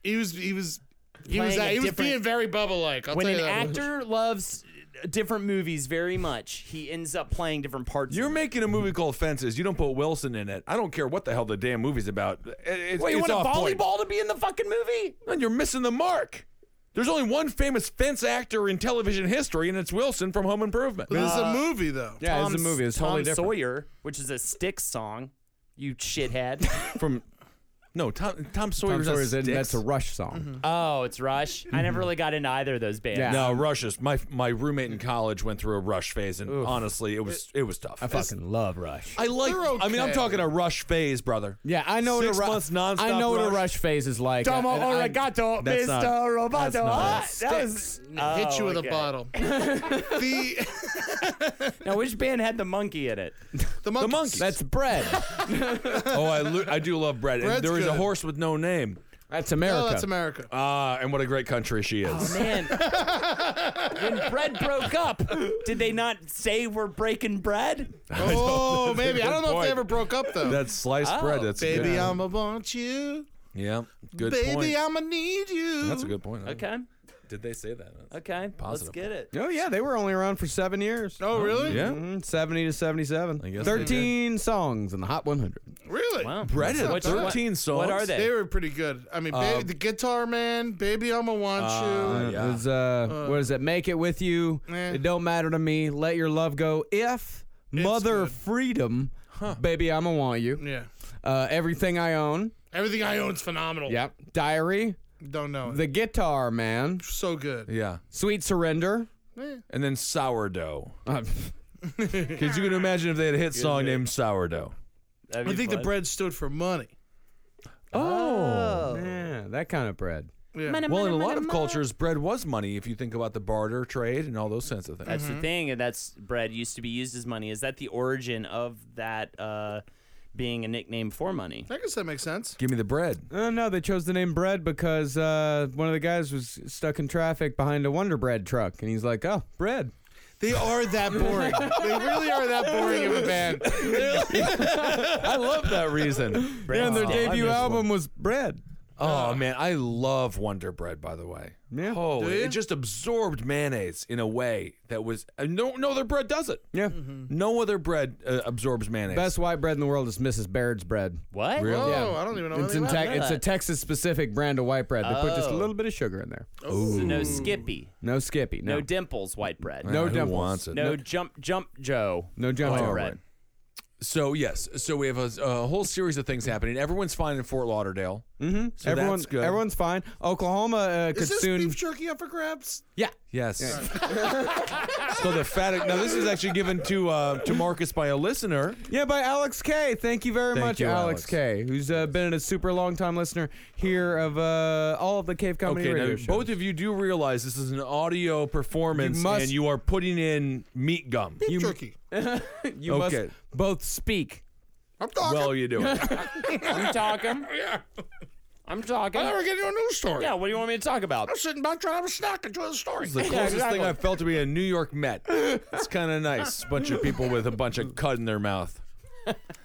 S7: He was he was he was
S8: Playing a
S7: he was
S8: different-
S7: being very Bubba like.
S8: when an
S7: that much.
S8: actor loves uh, different movies very much, he ends up playing different parts. of
S9: You're
S8: it.
S9: making a movie called Fences. You don't put Wilson in it. I don't care what the hell the damn movie's about. It- it's-
S8: Wait, you
S9: it's
S8: want a
S9: off point.
S8: volleyball to be in the fucking movie?
S9: Man, you're missing the mark. There's only one famous fence actor in television history, and it's Wilson from Home Improvement.
S7: But this is a movie though.
S6: Yeah,
S8: Tom-
S6: it's a movie. It's
S8: Tom
S6: totally different.
S8: Sawyer, which is a Styx song. You shithead.
S9: From No, Tom, Tom
S6: Tom
S9: Sawyer's,
S6: Sawyer's in, that's a
S9: Rush.
S6: Rush song.
S9: Mm-hmm.
S8: Oh, it's Rush. I never really got into either of those bands.
S6: Yeah.
S9: No, Rush is my my roommate in college went through a Rush phase, and honestly, it was it, was tough.
S6: I fucking love Rush.
S9: I like.
S7: They're
S9: I mean, I'm
S7: okay.
S9: talking a Rush phase, brother.
S6: yeah, I know
S9: Six
S6: what a
S9: months
S6: Rush.
S9: nonstop
S6: I know what a
S9: Rush.
S6: Rush phase is like. and I-
S9: That's not- Mr.
S8: Roboto.
S9: that's not- Ah,
S8: that
S7: Sticks. hit
S8: Oh,
S7: you with a bottle. the
S8: Now, which band had the monkey in it?
S7: the monkeys.
S6: That's bread.
S9: Oh, I lo- I do love Brett. And
S7: Brett's
S9: there is a
S7: good.
S9: horse with no name.
S6: That's America.
S7: Oh, that's America.
S9: Ah, and what a great country she
S7: Oh.
S9: is.
S8: Man, when bread broke up, did they not say we're breaking bread?
S7: oh, maybe. I don't know if
S9: point.
S7: they ever broke up though.
S9: That's sliced bread. That's a
S7: Oh, baby,
S9: Good.
S7: I'ma want you.
S9: Yeah, good
S7: baby,
S9: point.
S7: I'ma need you.
S9: That's a good point.
S8: Okay,
S9: Did they say that?
S8: okay,
S9: Positive.
S8: let's get it.
S6: oh yeah, they were only around for seven years.
S7: Oh, really?
S9: Yeah.
S8: Mm-hmm.
S6: Mhm, Seventy to seventy-seven.
S9: I guess they did.
S6: Thirteen songs in the Hot 100.
S7: Really?
S9: Brett had
S8: What-
S9: 13
S8: what,
S9: songs.
S8: What are they?
S7: They were pretty good. I mean, ba-
S9: Um,
S7: the Guitar Man, Baby, I'ma want you.
S6: It was, uh, what is it? Make it with you.
S7: Eh.
S6: It don't matter to me. Let your love go. If mother
S7: good.
S6: freedom, baby, I'ma want you.
S7: Yeah.
S6: Uh, everything I own.
S7: Everything I own's phenomenal.
S6: Yep. Diary.
S7: Don't know.
S6: The guitar man.
S7: so good.
S9: Yeah,
S6: Sweet surrender.
S9: and then sourdough.
S6: Uh,
S9: Because you can imagine if they had a hit song named sourdough.
S8: That'd
S7: I
S8: be
S7: think the
S8: fun.
S7: bread stood for money.
S9: Oh.
S6: yeah, that kind of bread.
S7: Yeah.
S9: Well, in a lot of cultures, bread was money if you think about the barter trade and all those kinds of things.
S8: That's the thing, and that's bread used to be used as money. Is that the origin of that uh, being a nickname for money?
S7: I guess that makes sense.
S9: Give me the bread.
S6: Uh, no, they chose the name Bread because uh, one of the guys was stuck in traffic behind a Wonder Bread truck, and he's like, "Oh, bread."
S7: They are that boring. they really are that boring of a band.
S9: I love that reason.
S6: Yeah, and their
S8: Oh, I
S6: debut
S9: miss
S6: album was Bread.
S9: Oh, man. I love Wonder Bread, by the way.
S6: Yeah.
S9: Holy,
S7: Do you?
S9: Oh, it just absorbed mayonnaise in a way that was. Uh, no, no other bread does it.
S6: Yeah.
S7: Mm-hmm.
S9: No other bread uh, absorbs mayonnaise.
S6: Hmm. Best white bread in the world is Mrs. Baird's bread.
S8: What?
S7: Oh,
S6: Yeah.
S7: I don't even know.
S6: It's, in
S7: anything about
S6: tec- it's a
S8: that.
S6: Texas specific brand of white bread. They put just a
S8: Oh.
S6: little bit of sugar in there.
S8: So no Skippy,
S6: No Skippy. No.
S8: no dimples, white bread.
S6: no
S9: Who
S6: dimples.
S9: wants it?
S8: No jump, jump, Joe.
S6: No jump
S8: White
S6: over
S8: bread.
S6: it.
S9: So yes, so we have a, a whole series of things happening. Everyone's fine in Fort Lauderdale. Mm-hmm. So
S6: Everyone,
S9: that's good.
S6: everyone's fine. Oklahoma uh,
S7: that.
S6: could
S7: Is this
S6: soon.
S7: beef jerky up for grabs?
S6: yeah.
S9: yes. so the fat. Now this is actually given to uh, to Marcus by a listener.
S6: Yeah, by Alex K. Thank you very
S9: Thank
S6: much,
S9: you,
S6: Alex,
S9: Alex.
S6: K, who's uh, been a super long time listener here of uh, all of the Cave Comedy
S9: Okay,
S6: radio
S9: now
S6: shows.
S9: both of you do realize this is an audio performance,
S6: You must-
S9: and you are putting in meat gum.
S7: Beef jerky.
S6: you
S9: okay.
S6: must both speak.
S7: I'm talking.
S9: Well, you do. it.
S8: I'm talking. I'm talking.
S7: I never get into a news story.
S8: Yeah, what do you want me to talk about?
S7: I'm sitting back trying to have a snack, enjoy the story.
S9: It's the closest thing I felt to be a New York Met. It's kind of nice. Bunch of people with a bunch of cut in their mouth.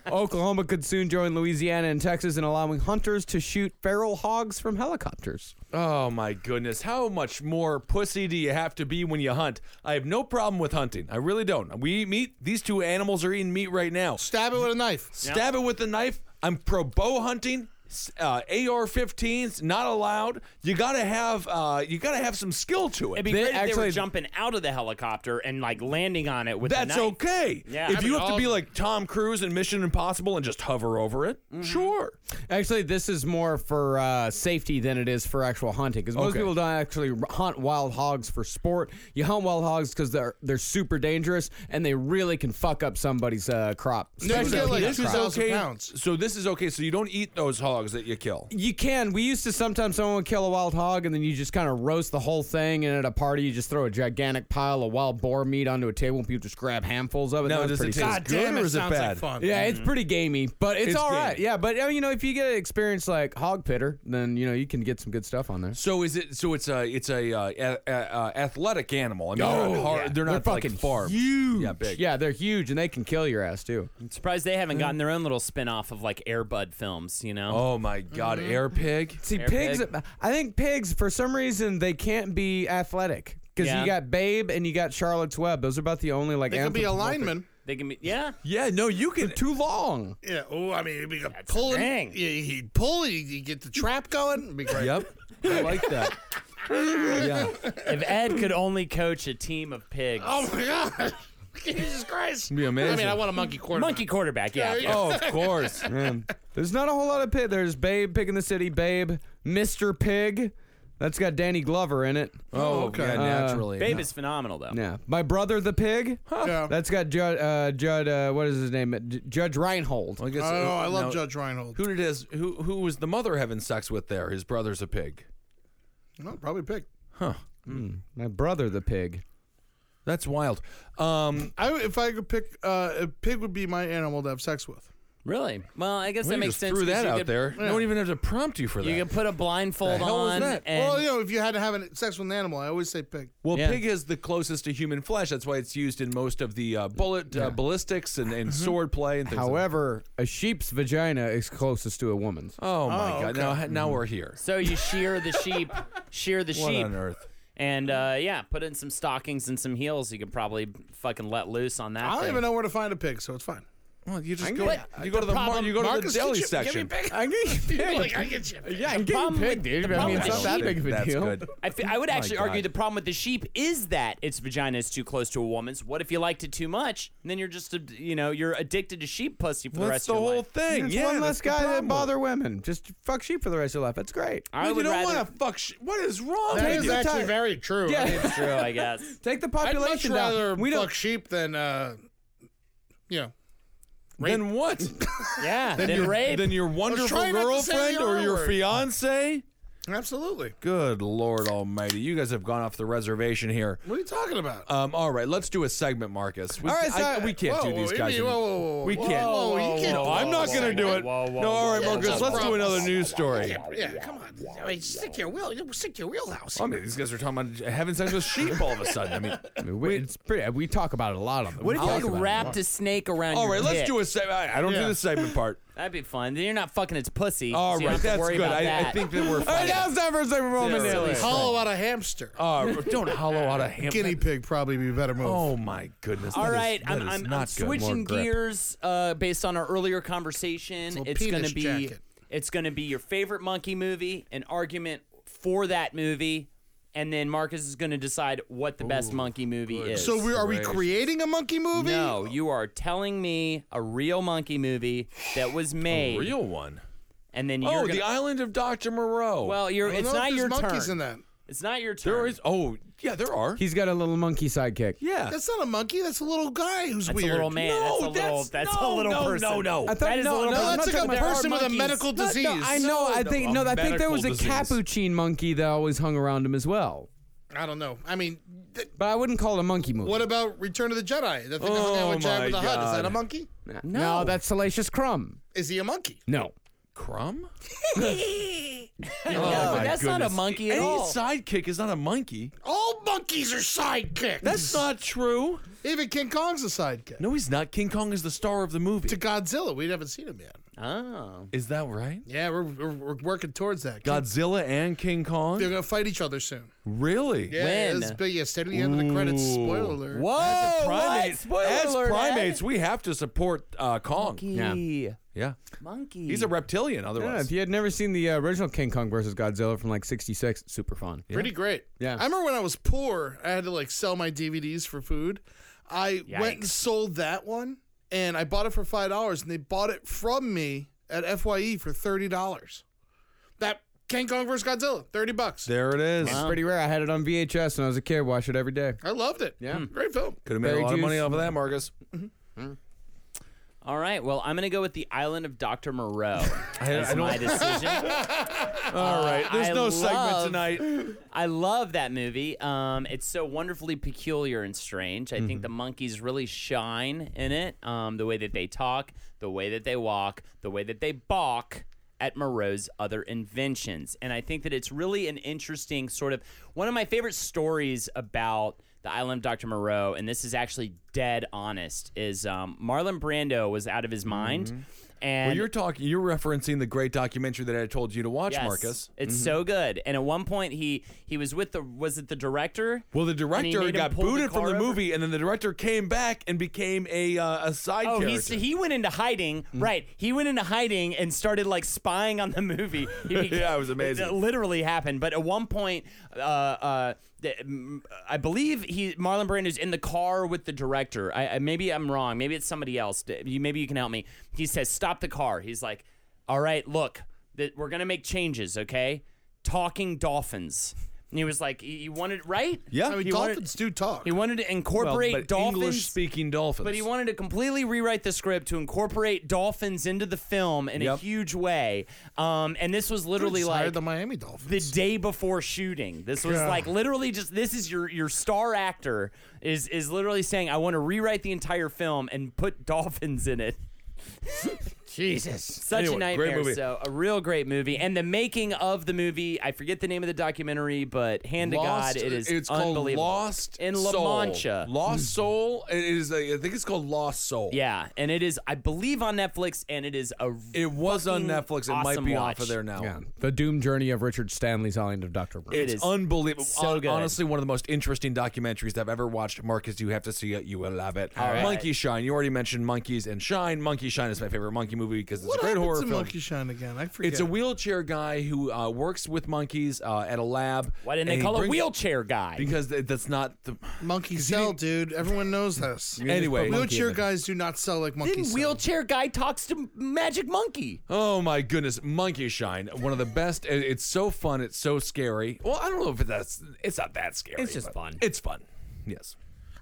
S6: Oklahoma could soon join Louisiana and Texas in allowing hunters to shoot feral hogs from helicopters.
S9: Oh my goodness! How much more pussy do you have to be when you hunt? I have no problem with hunting. I really don't. We eat meat. These two animals are eating meat right now.
S7: Stab it with a knife.
S9: Stab it with a knife. I'm pro bow hunting. S- Uh, AR-15s not allowed. You gotta have uh, you gotta have some skill to
S8: It'd
S9: it.
S8: be
S6: They
S8: great if they were
S6: actually-
S8: jumping out of the helicopter and like landing on it with a
S9: That's
S8: knife.
S9: okay.
S8: Yeah.
S9: if you have to be
S7: all-
S9: like Tom Cruise in Mission Impossible and just hover over it,
S8: Mm-hmm.
S9: sure.
S6: Actually, this is more for uh, safety than it is for actual hunting because most
S9: Okay.
S6: people don't actually hunt wild hogs for sport. You hunt wild hogs because they're they're super dangerous and they really can fuck up somebody's uh, crop.
S7: Never
S6: especially
S7: get
S6: a
S7: like
S6: peanut
S9: This is
S6: crop.
S7: 2,000
S9: okay.
S7: pounds.
S9: So this is okay. So you don't eat those hogs that you kill.
S6: You can. We used to sometimes someone would kill a wild hog and then you just kind of roast the whole thing and at a party you just throw a gigantic pile of wild boar meat onto a table and people just grab handfuls of it.
S9: Now
S6: That was
S9: does it
S6: pretty
S9: taste
S6: tasty.
S9: good
S7: Damn,
S9: or
S7: it
S9: is it
S7: sounds like
S9: bad?
S7: fun.
S6: Yeah, it's pretty gamey, but it's,
S9: It's
S6: all right.
S9: gamey.
S6: Yeah, but uh, you know, if you get an experience like hog pitter, then you know you can get some good stuff on there.
S9: So is it? So it's a it's a uh, a- a- uh, athletic animal. I mean, they're
S6: Oh,
S9: not, hard,
S6: yeah.
S9: they're not
S6: They're
S9: like
S6: fucking
S9: farmed.
S6: Huge.
S9: Yeah, big.
S6: Yeah, they're huge and they can kill your ass too.
S8: I'm surprised they haven't gotten their own little spin off of like Airbud films, you know?
S9: Oh my God,
S8: Mm-hmm.
S9: air pig.
S6: See,
S8: Air
S6: pigs.
S8: pig.
S6: I think pigs for some reason they can't be athletic because
S8: Yeah.
S6: you got Babe and you got Charlotte's Web. Those are about the only like.
S7: They could be a
S6: anthropomorphic-
S7: lineman.
S8: They can be, yeah.
S9: Yeah, no, you can.
S6: Too long.
S7: Yeah. Oh, I mean, it'd be a pulling.
S8: dang.
S7: Yeah, he'd pull. You you get the trap going. It'd be great.
S9: Yep, I like that. yeah,
S8: If Ed could only coach a team of pigs.
S7: Oh my god. Jesus Christ.
S9: be amazing.
S7: I mean, I want a monkey quarterback.
S8: Monkey quarterback, yeah.
S7: Yeah,
S9: Oh, of course.
S6: There's not a whole lot of pig. There's Babe, Pig in the City, Babe, Mr. Pig. That's got Danny Glover in it.
S9: Oh, okay.
S6: Uh,
S9: Yeah, naturally.
S8: Babe is phenomenal though.
S6: Yeah. My brother, the pig.
S7: Yeah.
S6: That's got Judd. Uh, Judd. Uh, what is his name? J- Judge Reinhold.
S9: Well,
S8: Oh,
S9: I guess, uh,
S7: I don't know. I love
S9: no,
S7: Judge Reinhold.
S9: Who did his? Who who was the mother having sex with? There, his brother's a pig.
S7: No, probably pick.
S6: My brother, the pig.
S9: That's wild. Um,
S7: I, if I could pick, uh, a pig would be my animal to have sex with.
S8: Really? Well, I guess
S9: we
S8: that makes
S9: just
S8: sense.
S9: threw
S8: 'cause
S9: that
S8: you
S9: out
S8: could-
S9: there. You don't even have to prompt you for that.
S8: You can put a blindfold
S9: The hell was
S8: on.
S9: that?
S8: And
S7: well, you know, if you had to have an, sex with an animal, I always say pig.
S9: well,
S8: yeah.
S9: pig is the closest to human flesh. That's why it's used in most of the uh, bullet uh, ballistics and, and
S8: Mm-hmm.
S9: sword play and things. like
S6: However, a sheep's vagina is closest to a woman's.
S9: that. oh my god! Now now we're here.
S8: so you shear the sheep, shear the
S9: What
S8: sheep,
S9: on earth?
S8: and uh, yeah, put in some stockings and some heels. You could probably fucking let loose on that.
S7: I don't
S8: thing.
S7: even know where to find a pig, so it's fine.
S9: Well, you just
S8: can
S9: go.
S8: get-
S9: you go to the mar-
S8: problem-
S9: you go to the
S7: Marcus,
S9: deli
S7: get you- give me
S9: section.
S6: I get you pig.
S7: I get you.
S6: Yeah, I'm getting
S8: problem
S6: pig,
S8: with-
S6: dude.
S8: the
S6: I mean,
S8: problem
S6: it's
S8: with
S6: not that
S8: sheep-
S6: big of a
S9: That's
S6: deal.
S9: good.
S8: I, fe- I would actually
S9: God.
S8: argue the problem with the sheep is that its vagina is too close to a woman's. What if you liked it too much? And then you're just, a, you know, you're addicted to sheep pussy for the
S9: That's
S8: rest
S9: the
S8: of your
S9: whole
S8: life.
S9: thing.
S6: It's
S9: yeah,
S6: one
S9: that's
S6: less
S9: the
S6: guy that
S9: problem.
S6: bother women. Just fuck sheep for the rest of your life. That's great.
S8: I
S9: You
S8: would
S9: don't
S8: rather.
S9: want to fuck. Sh- what is wrong?
S7: That
S9: with
S7: is
S9: you?
S7: actually very true. I mean,
S6: Yeah,
S8: True, I guess.
S6: take the
S7: I'd much
S6: population
S7: rather
S6: down. We
S7: fuck
S6: don't.
S7: sheep than, uh, you know.
S9: Then what?
S8: Yeah. Then,
S9: your-
S8: rape.
S9: Then your wonderful
S7: trying not to say
S9: girlfriend
S7: the
S9: or
S7: R
S9: your
S7: word.
S9: fiance?
S7: Absolutely.
S9: Good Lord Almighty! You guys have gone off the reservation here.
S7: What are you talking about?
S9: Um, all right, let's do a segment, Marcus. We,
S6: All right,
S9: I-
S6: so-
S9: we can't do
S7: Whoa,
S9: these
S7: whoa,
S9: guys.
S7: whoa, whoa, whoa, whoa.
S9: we
S7: Whoa,
S9: can't.
S7: whoa, whoa, you can't
S9: No,
S7: do
S9: I'm not
S7: that.
S9: going to do it.
S8: Whoa, whoa,
S9: no, all right,
S7: whoa,
S9: Marcus,
S7: whoa,
S9: let's
S7: whoa,
S9: do
S7: whoa,
S9: another
S7: whoa,
S9: news story.
S7: Yeah, come on. I mean, stick your will. Stick your wheelhouse.
S9: I mean, these guys are talking about having sex with sheep all of a sudden. I mean,
S6: We, it's pretty. We talk about it a lot on the.
S8: what if you
S6: we
S8: like
S6: talk about it a lot.
S8: wrapped a snake around
S9: all
S8: your
S9: right, let's
S8: dick?
S9: do a segment. I I don't do
S7: Yeah.
S9: the segment part.
S8: That'd be fun. Then you're not fucking its pussy.
S9: All
S8: so you don't
S9: right,
S8: have to
S9: that's
S8: worry
S9: good.
S8: About
S9: I, I
S8: that.
S9: think that we're
S6: All
S9: fine.
S6: right, now it's time for a segment for
S8: Yeah.
S6: Roman.
S8: Silly.
S7: Hollow out a hamster.
S9: Uh, don't hollow out a ham.
S7: Guinea pig probably be a better move.
S9: Oh my goodness!
S8: All
S9: that is-
S8: right,
S9: that
S8: I'm,
S9: is
S8: I'm, I'm
S9: not good.
S8: switching
S9: More grip.
S8: gears uh, based on our earlier conversation.
S7: little
S8: It's going
S7: penis
S8: to be
S7: jacket.
S8: it's going to be your favorite monkey movie, an argument for that movie, and then Marcus is going to decide what the best monkey movie is.
S7: So we are we creating a monkey movie?
S8: no, you are telling me a real monkey movie that was made,
S9: Real one.
S8: and then you're
S9: Oh,
S8: gonna,
S9: the island of Doctor Moreau.
S8: well, uh, you're
S7: I don't
S8: it's
S7: know if
S8: not
S7: there's
S8: your
S7: monkeys
S8: turn.
S7: in that.
S8: It's not your turn.
S9: there is. Oh, yeah, there are.
S6: He's got a little monkey sidekick.
S9: yeah.
S7: That's not a monkey. That's a little guy who's
S8: that's
S7: weird.
S8: a little man. that's a
S9: no,
S8: little. That's a
S9: no,
S8: little
S9: no,
S8: person.
S9: No, no,
S6: I thought
S8: That is a
S6: no,
S8: little
S6: no,
S8: bit-
S6: I'm
S7: That's like
S6: not
S7: a
S6: talking about-
S7: person with a
S8: monkeys.
S7: medical
S6: No,
S7: disease.
S6: No, I know. I think no. I think there was a
S9: Medical disease.
S6: capuchin monkey that always hung around him as well.
S7: I don't know. I mean, th-
S6: But I wouldn't call it a monkey movie.
S7: what about Return of the Jedi? The thing that hung
S9: Oh
S7: out with Jabba
S9: my
S7: the Hutt. Is
S9: God.
S7: that a monkey?
S6: no. that's Salacious Crumb.
S7: Is he a monkey?
S6: No.
S9: Crumb.
S8: No,
S9: Oh,
S8: but that's not a monkey at
S9: Any
S8: all.
S9: sidekick is not a monkey.
S7: All monkeys are sidekicks.
S9: That's not true.
S7: Even King Kong's a sidekick.
S9: No, he's not. King Kong is the star of the movie.
S7: To Godzilla, we haven't seen him yet.
S8: oh.
S9: Is that right?
S7: Yeah, we're, we're, we're working towards that.
S9: Godzilla and King
S7: They're
S9: Kong.
S7: gonna fight each other soon.
S9: Really?
S7: Yeah,
S8: When?
S7: it's big. Yeah, stay to the end of the credits. Spoiler alert.
S8: Whoa!
S9: Primate-
S8: What? Spoiler
S9: as eh?
S8: alert,
S9: primates,
S8: Ed.
S9: we have to support uh, Kong.
S8: Monkey.
S9: Yeah,
S8: Monkey.
S9: he's a reptilian.
S6: Yeah,
S9: Otherwise,
S6: if you had never seen the uh, original King Kong versus Godzilla from like '66, super fun.
S7: Pretty great.
S6: Yeah.
S7: I remember when I was poor, I had to like sell my DVDs for food. I went and sold that one and I bought it for five dollars and they bought it from me at FYE for thirty dollars. That King Kong vs. Godzilla, thirty bucks.
S9: there it is.
S6: It's pretty rare. I had it on VHS when I was a kid. Watch it every day.
S7: I loved it. Mm-hmm.
S6: Yeah.
S7: Great film.
S9: Could have made
S6: Berry
S9: a lot of money
S6: juice.
S9: off of that, Marcus.
S8: All right. Well, I'm gonna go with the Island of Dr. Moreau. That's my decision. Uh,
S9: All right, there's
S8: I
S9: no
S8: love-
S9: segment tonight.
S8: I love that movie. Um, it's so wonderfully peculiar and strange. I
S9: Mm-hmm.
S8: think the monkeys really shine in it. Um, the way that they talk, the way that they walk, the way that they balk at Moreau's other inventions. And I think that it's really an interesting sort of one of my favorite stories about the island of Dr. Moreau, and this is actually dead honest, is um, Marlon Brando was out of his mind. And
S9: Mm-hmm. Well, you're talking. You're referencing the great documentary that I told you to watch,
S8: Yes.
S9: Marcus. Mm-hmm.
S8: It's so good. And at one point, he he was with the was it the director?
S9: Well, the
S8: And he made
S9: director
S8: him
S9: got
S8: pull
S9: booted from
S8: car
S9: the
S8: over?
S9: movie, and then the director came back and became a uh, a side
S8: Oh, he
S9: character. Mm.
S8: he went into hiding. Right, he went into hiding and started like spying on the movie. He beca-
S9: Yeah, it was amazing.
S8: That literally happened. But at one point, uh, uh, th- m- I believe he Marlon Brando's in the car with the director. I, I maybe I'm wrong. Maybe it's somebody else. D- You maybe you can help me. He says, "Stop the car." He's like, "All right, look, that we're gonna make changes, okay? Talking dolphins." And he was like, "You wanted right?
S9: Yeah.
S7: I mean,
S8: He wanted-
S7: dolphins do talk.
S8: He wanted to incorporate dolphins."
S9: English speaking dolphins.
S8: But he wanted to completely rewrite the script to incorporate dolphins into the film in a
S9: Yep.
S8: huge way. Um, and this was literally
S7: Just hired
S8: like
S7: the Miami
S8: the
S7: Dolphins.
S8: day before shooting. This was
S7: Yeah.
S8: like literally just this is your your star actor is is literally saying I want to rewrite the entire film and put dolphins in it.
S6: Jesus.
S8: Such
S9: Anyway,
S8: a
S9: great
S8: nightmare.
S9: movie.
S8: So a real great movie. And the making of the movie, I forget the name of the documentary, but hand
S9: Lost,
S8: to God, it is
S9: it's called
S8: unbelievable.
S9: Lost
S8: in La
S9: Soul.
S8: Mancha.
S9: Lost Soul. It is. A, I think it's called Lost Soul.
S8: Yeah, and it is I believe on Netflix, and it is a
S9: It was on
S8: fucking
S9: Netflix. It might
S8: awesome
S9: be
S8: watch.
S9: off of there now.
S6: Yeah. The doom journey of Richard Stanley's Island of Dr. Brown.
S8: It
S9: It's
S8: is
S9: unbelievable.
S8: so
S9: Hon-
S8: good.
S9: Honestly, one of the most interesting documentaries I've ever watched. Marcus, you have to see it. You will love it.
S8: right.
S9: Monkey Shine. You already mentioned Monkeys and Shine. Monkey Shine is my favorite monkey movie because it's
S7: what
S9: a great
S7: happened
S9: horror
S7: to
S9: film.
S7: Monkey Shine again? I forget.
S9: It's a wheelchair guy who uh, works with monkeys uh, at a lab.
S8: Why didn't
S9: and
S8: they
S9: he
S8: call a
S9: brings-
S8: wheelchair guy?
S9: Because th- that's not the.
S7: monkey sell, dude. Everyone knows this.
S9: Anyway.
S7: wheelchair guys do not sell like monkey
S8: Didn't
S9: uh,
S7: sell.
S8: wheelchair guy talks to Magic Monkey?
S9: Oh my goodness, Monkey Shine, one of the best. It- It's so fun. It's so scary. Well, I don't know if that's. It's not that scary.
S6: It's just
S9: but
S6: fun.
S9: It's fun. Yes.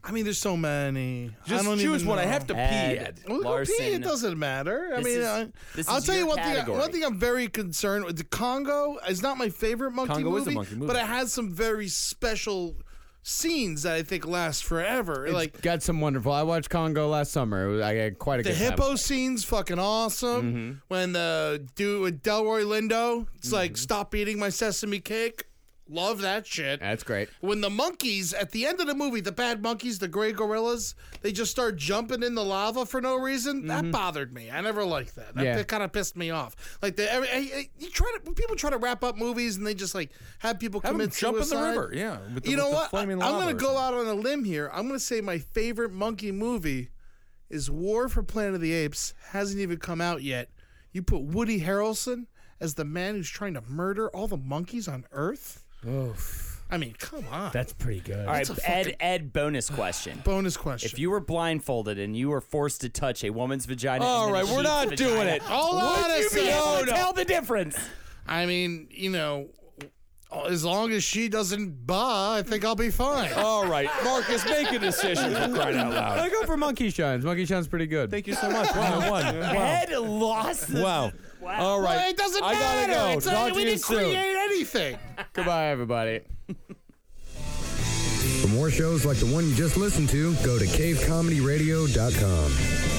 S7: I mean, there's so many.
S9: Just
S7: I don't
S9: choose
S7: even
S9: one. I
S7: know.
S9: have to pee.
S8: Ed.
S9: Ed.
S7: Well, go pee, It doesn't matter. I
S8: This
S7: mean,
S8: is-
S7: I,
S8: this
S7: I'll
S8: is
S7: tell you
S8: your
S7: one thing.
S8: category.
S7: One thing I'm very concerned with. The Congo is not my favorite monkey
S9: Congo
S7: movie,
S9: is a monkey movie.
S7: but it has some very special scenes that I think last forever. like
S6: Got some wonderful. I watched Congo last summer. I had quite a
S7: the
S6: good time.
S7: hippo scene's fucking awesome.
S9: Mm-hmm.
S7: When the dude with Delroy Lindo, it's like
S9: Mm-hmm.
S7: stop eating my sesame cake. Love that shit.
S6: That's great.
S7: when the monkeys at the end of the movie, the bad monkeys, the gray gorillas, they just start jumping in the lava for no reason. That bothered me. I never liked that. That,
S6: Yeah.
S7: kind of pissed me off. Like the every, I, I- you try to when people try to wrap up movies and they just like have people
S9: Have 'em
S7: commit
S9: jump in the
S7: suicide.
S9: river. Yeah. with the-
S7: you know
S9: with the
S7: what? I, am
S9: flaming lava
S7: gonna
S9: or
S7: go out on a limb here. I'm gonna say my favorite monkey movie is War for Planet of the Apes. Hasn't even come out yet. You put Woody Harrelson as the man who's trying to murder all the monkeys on Earth. I mean, come on.
S6: That's pretty good.
S8: All right, Ed. Ed, bonus question.
S7: Bonus question.
S8: If you were blindfolded and you were forced to touch a woman's vagina,
S9: All
S8: and then
S9: right,
S8: a
S9: we're
S8: sheep's
S9: not
S8: vagina,
S9: doing it.
S7: All
S8: would you
S7: honesty,
S8: be able
S7: no,
S8: to
S7: no.
S8: tell the difference?
S7: I mean, you know, as long as she doesn't bah, I think I'll be fine.
S9: All right, Marcus, make a decision. for crying out loud.
S6: I go for Monkey Shines. Monkey Shines pretty good.
S9: Thank you so much. Wow, one.
S8: Ed lost. The,
S9: Wow. All right.
S7: Well, it doesn't
S9: I gotta
S7: matter.
S9: go.
S7: It's
S9: Talk
S7: not-
S9: to
S7: we
S9: you
S7: didn't
S9: soon.
S7: create anything.
S6: Goodbye, everybody.
S10: For more shows like the one you just listened to, go to cavecomedyradio.com.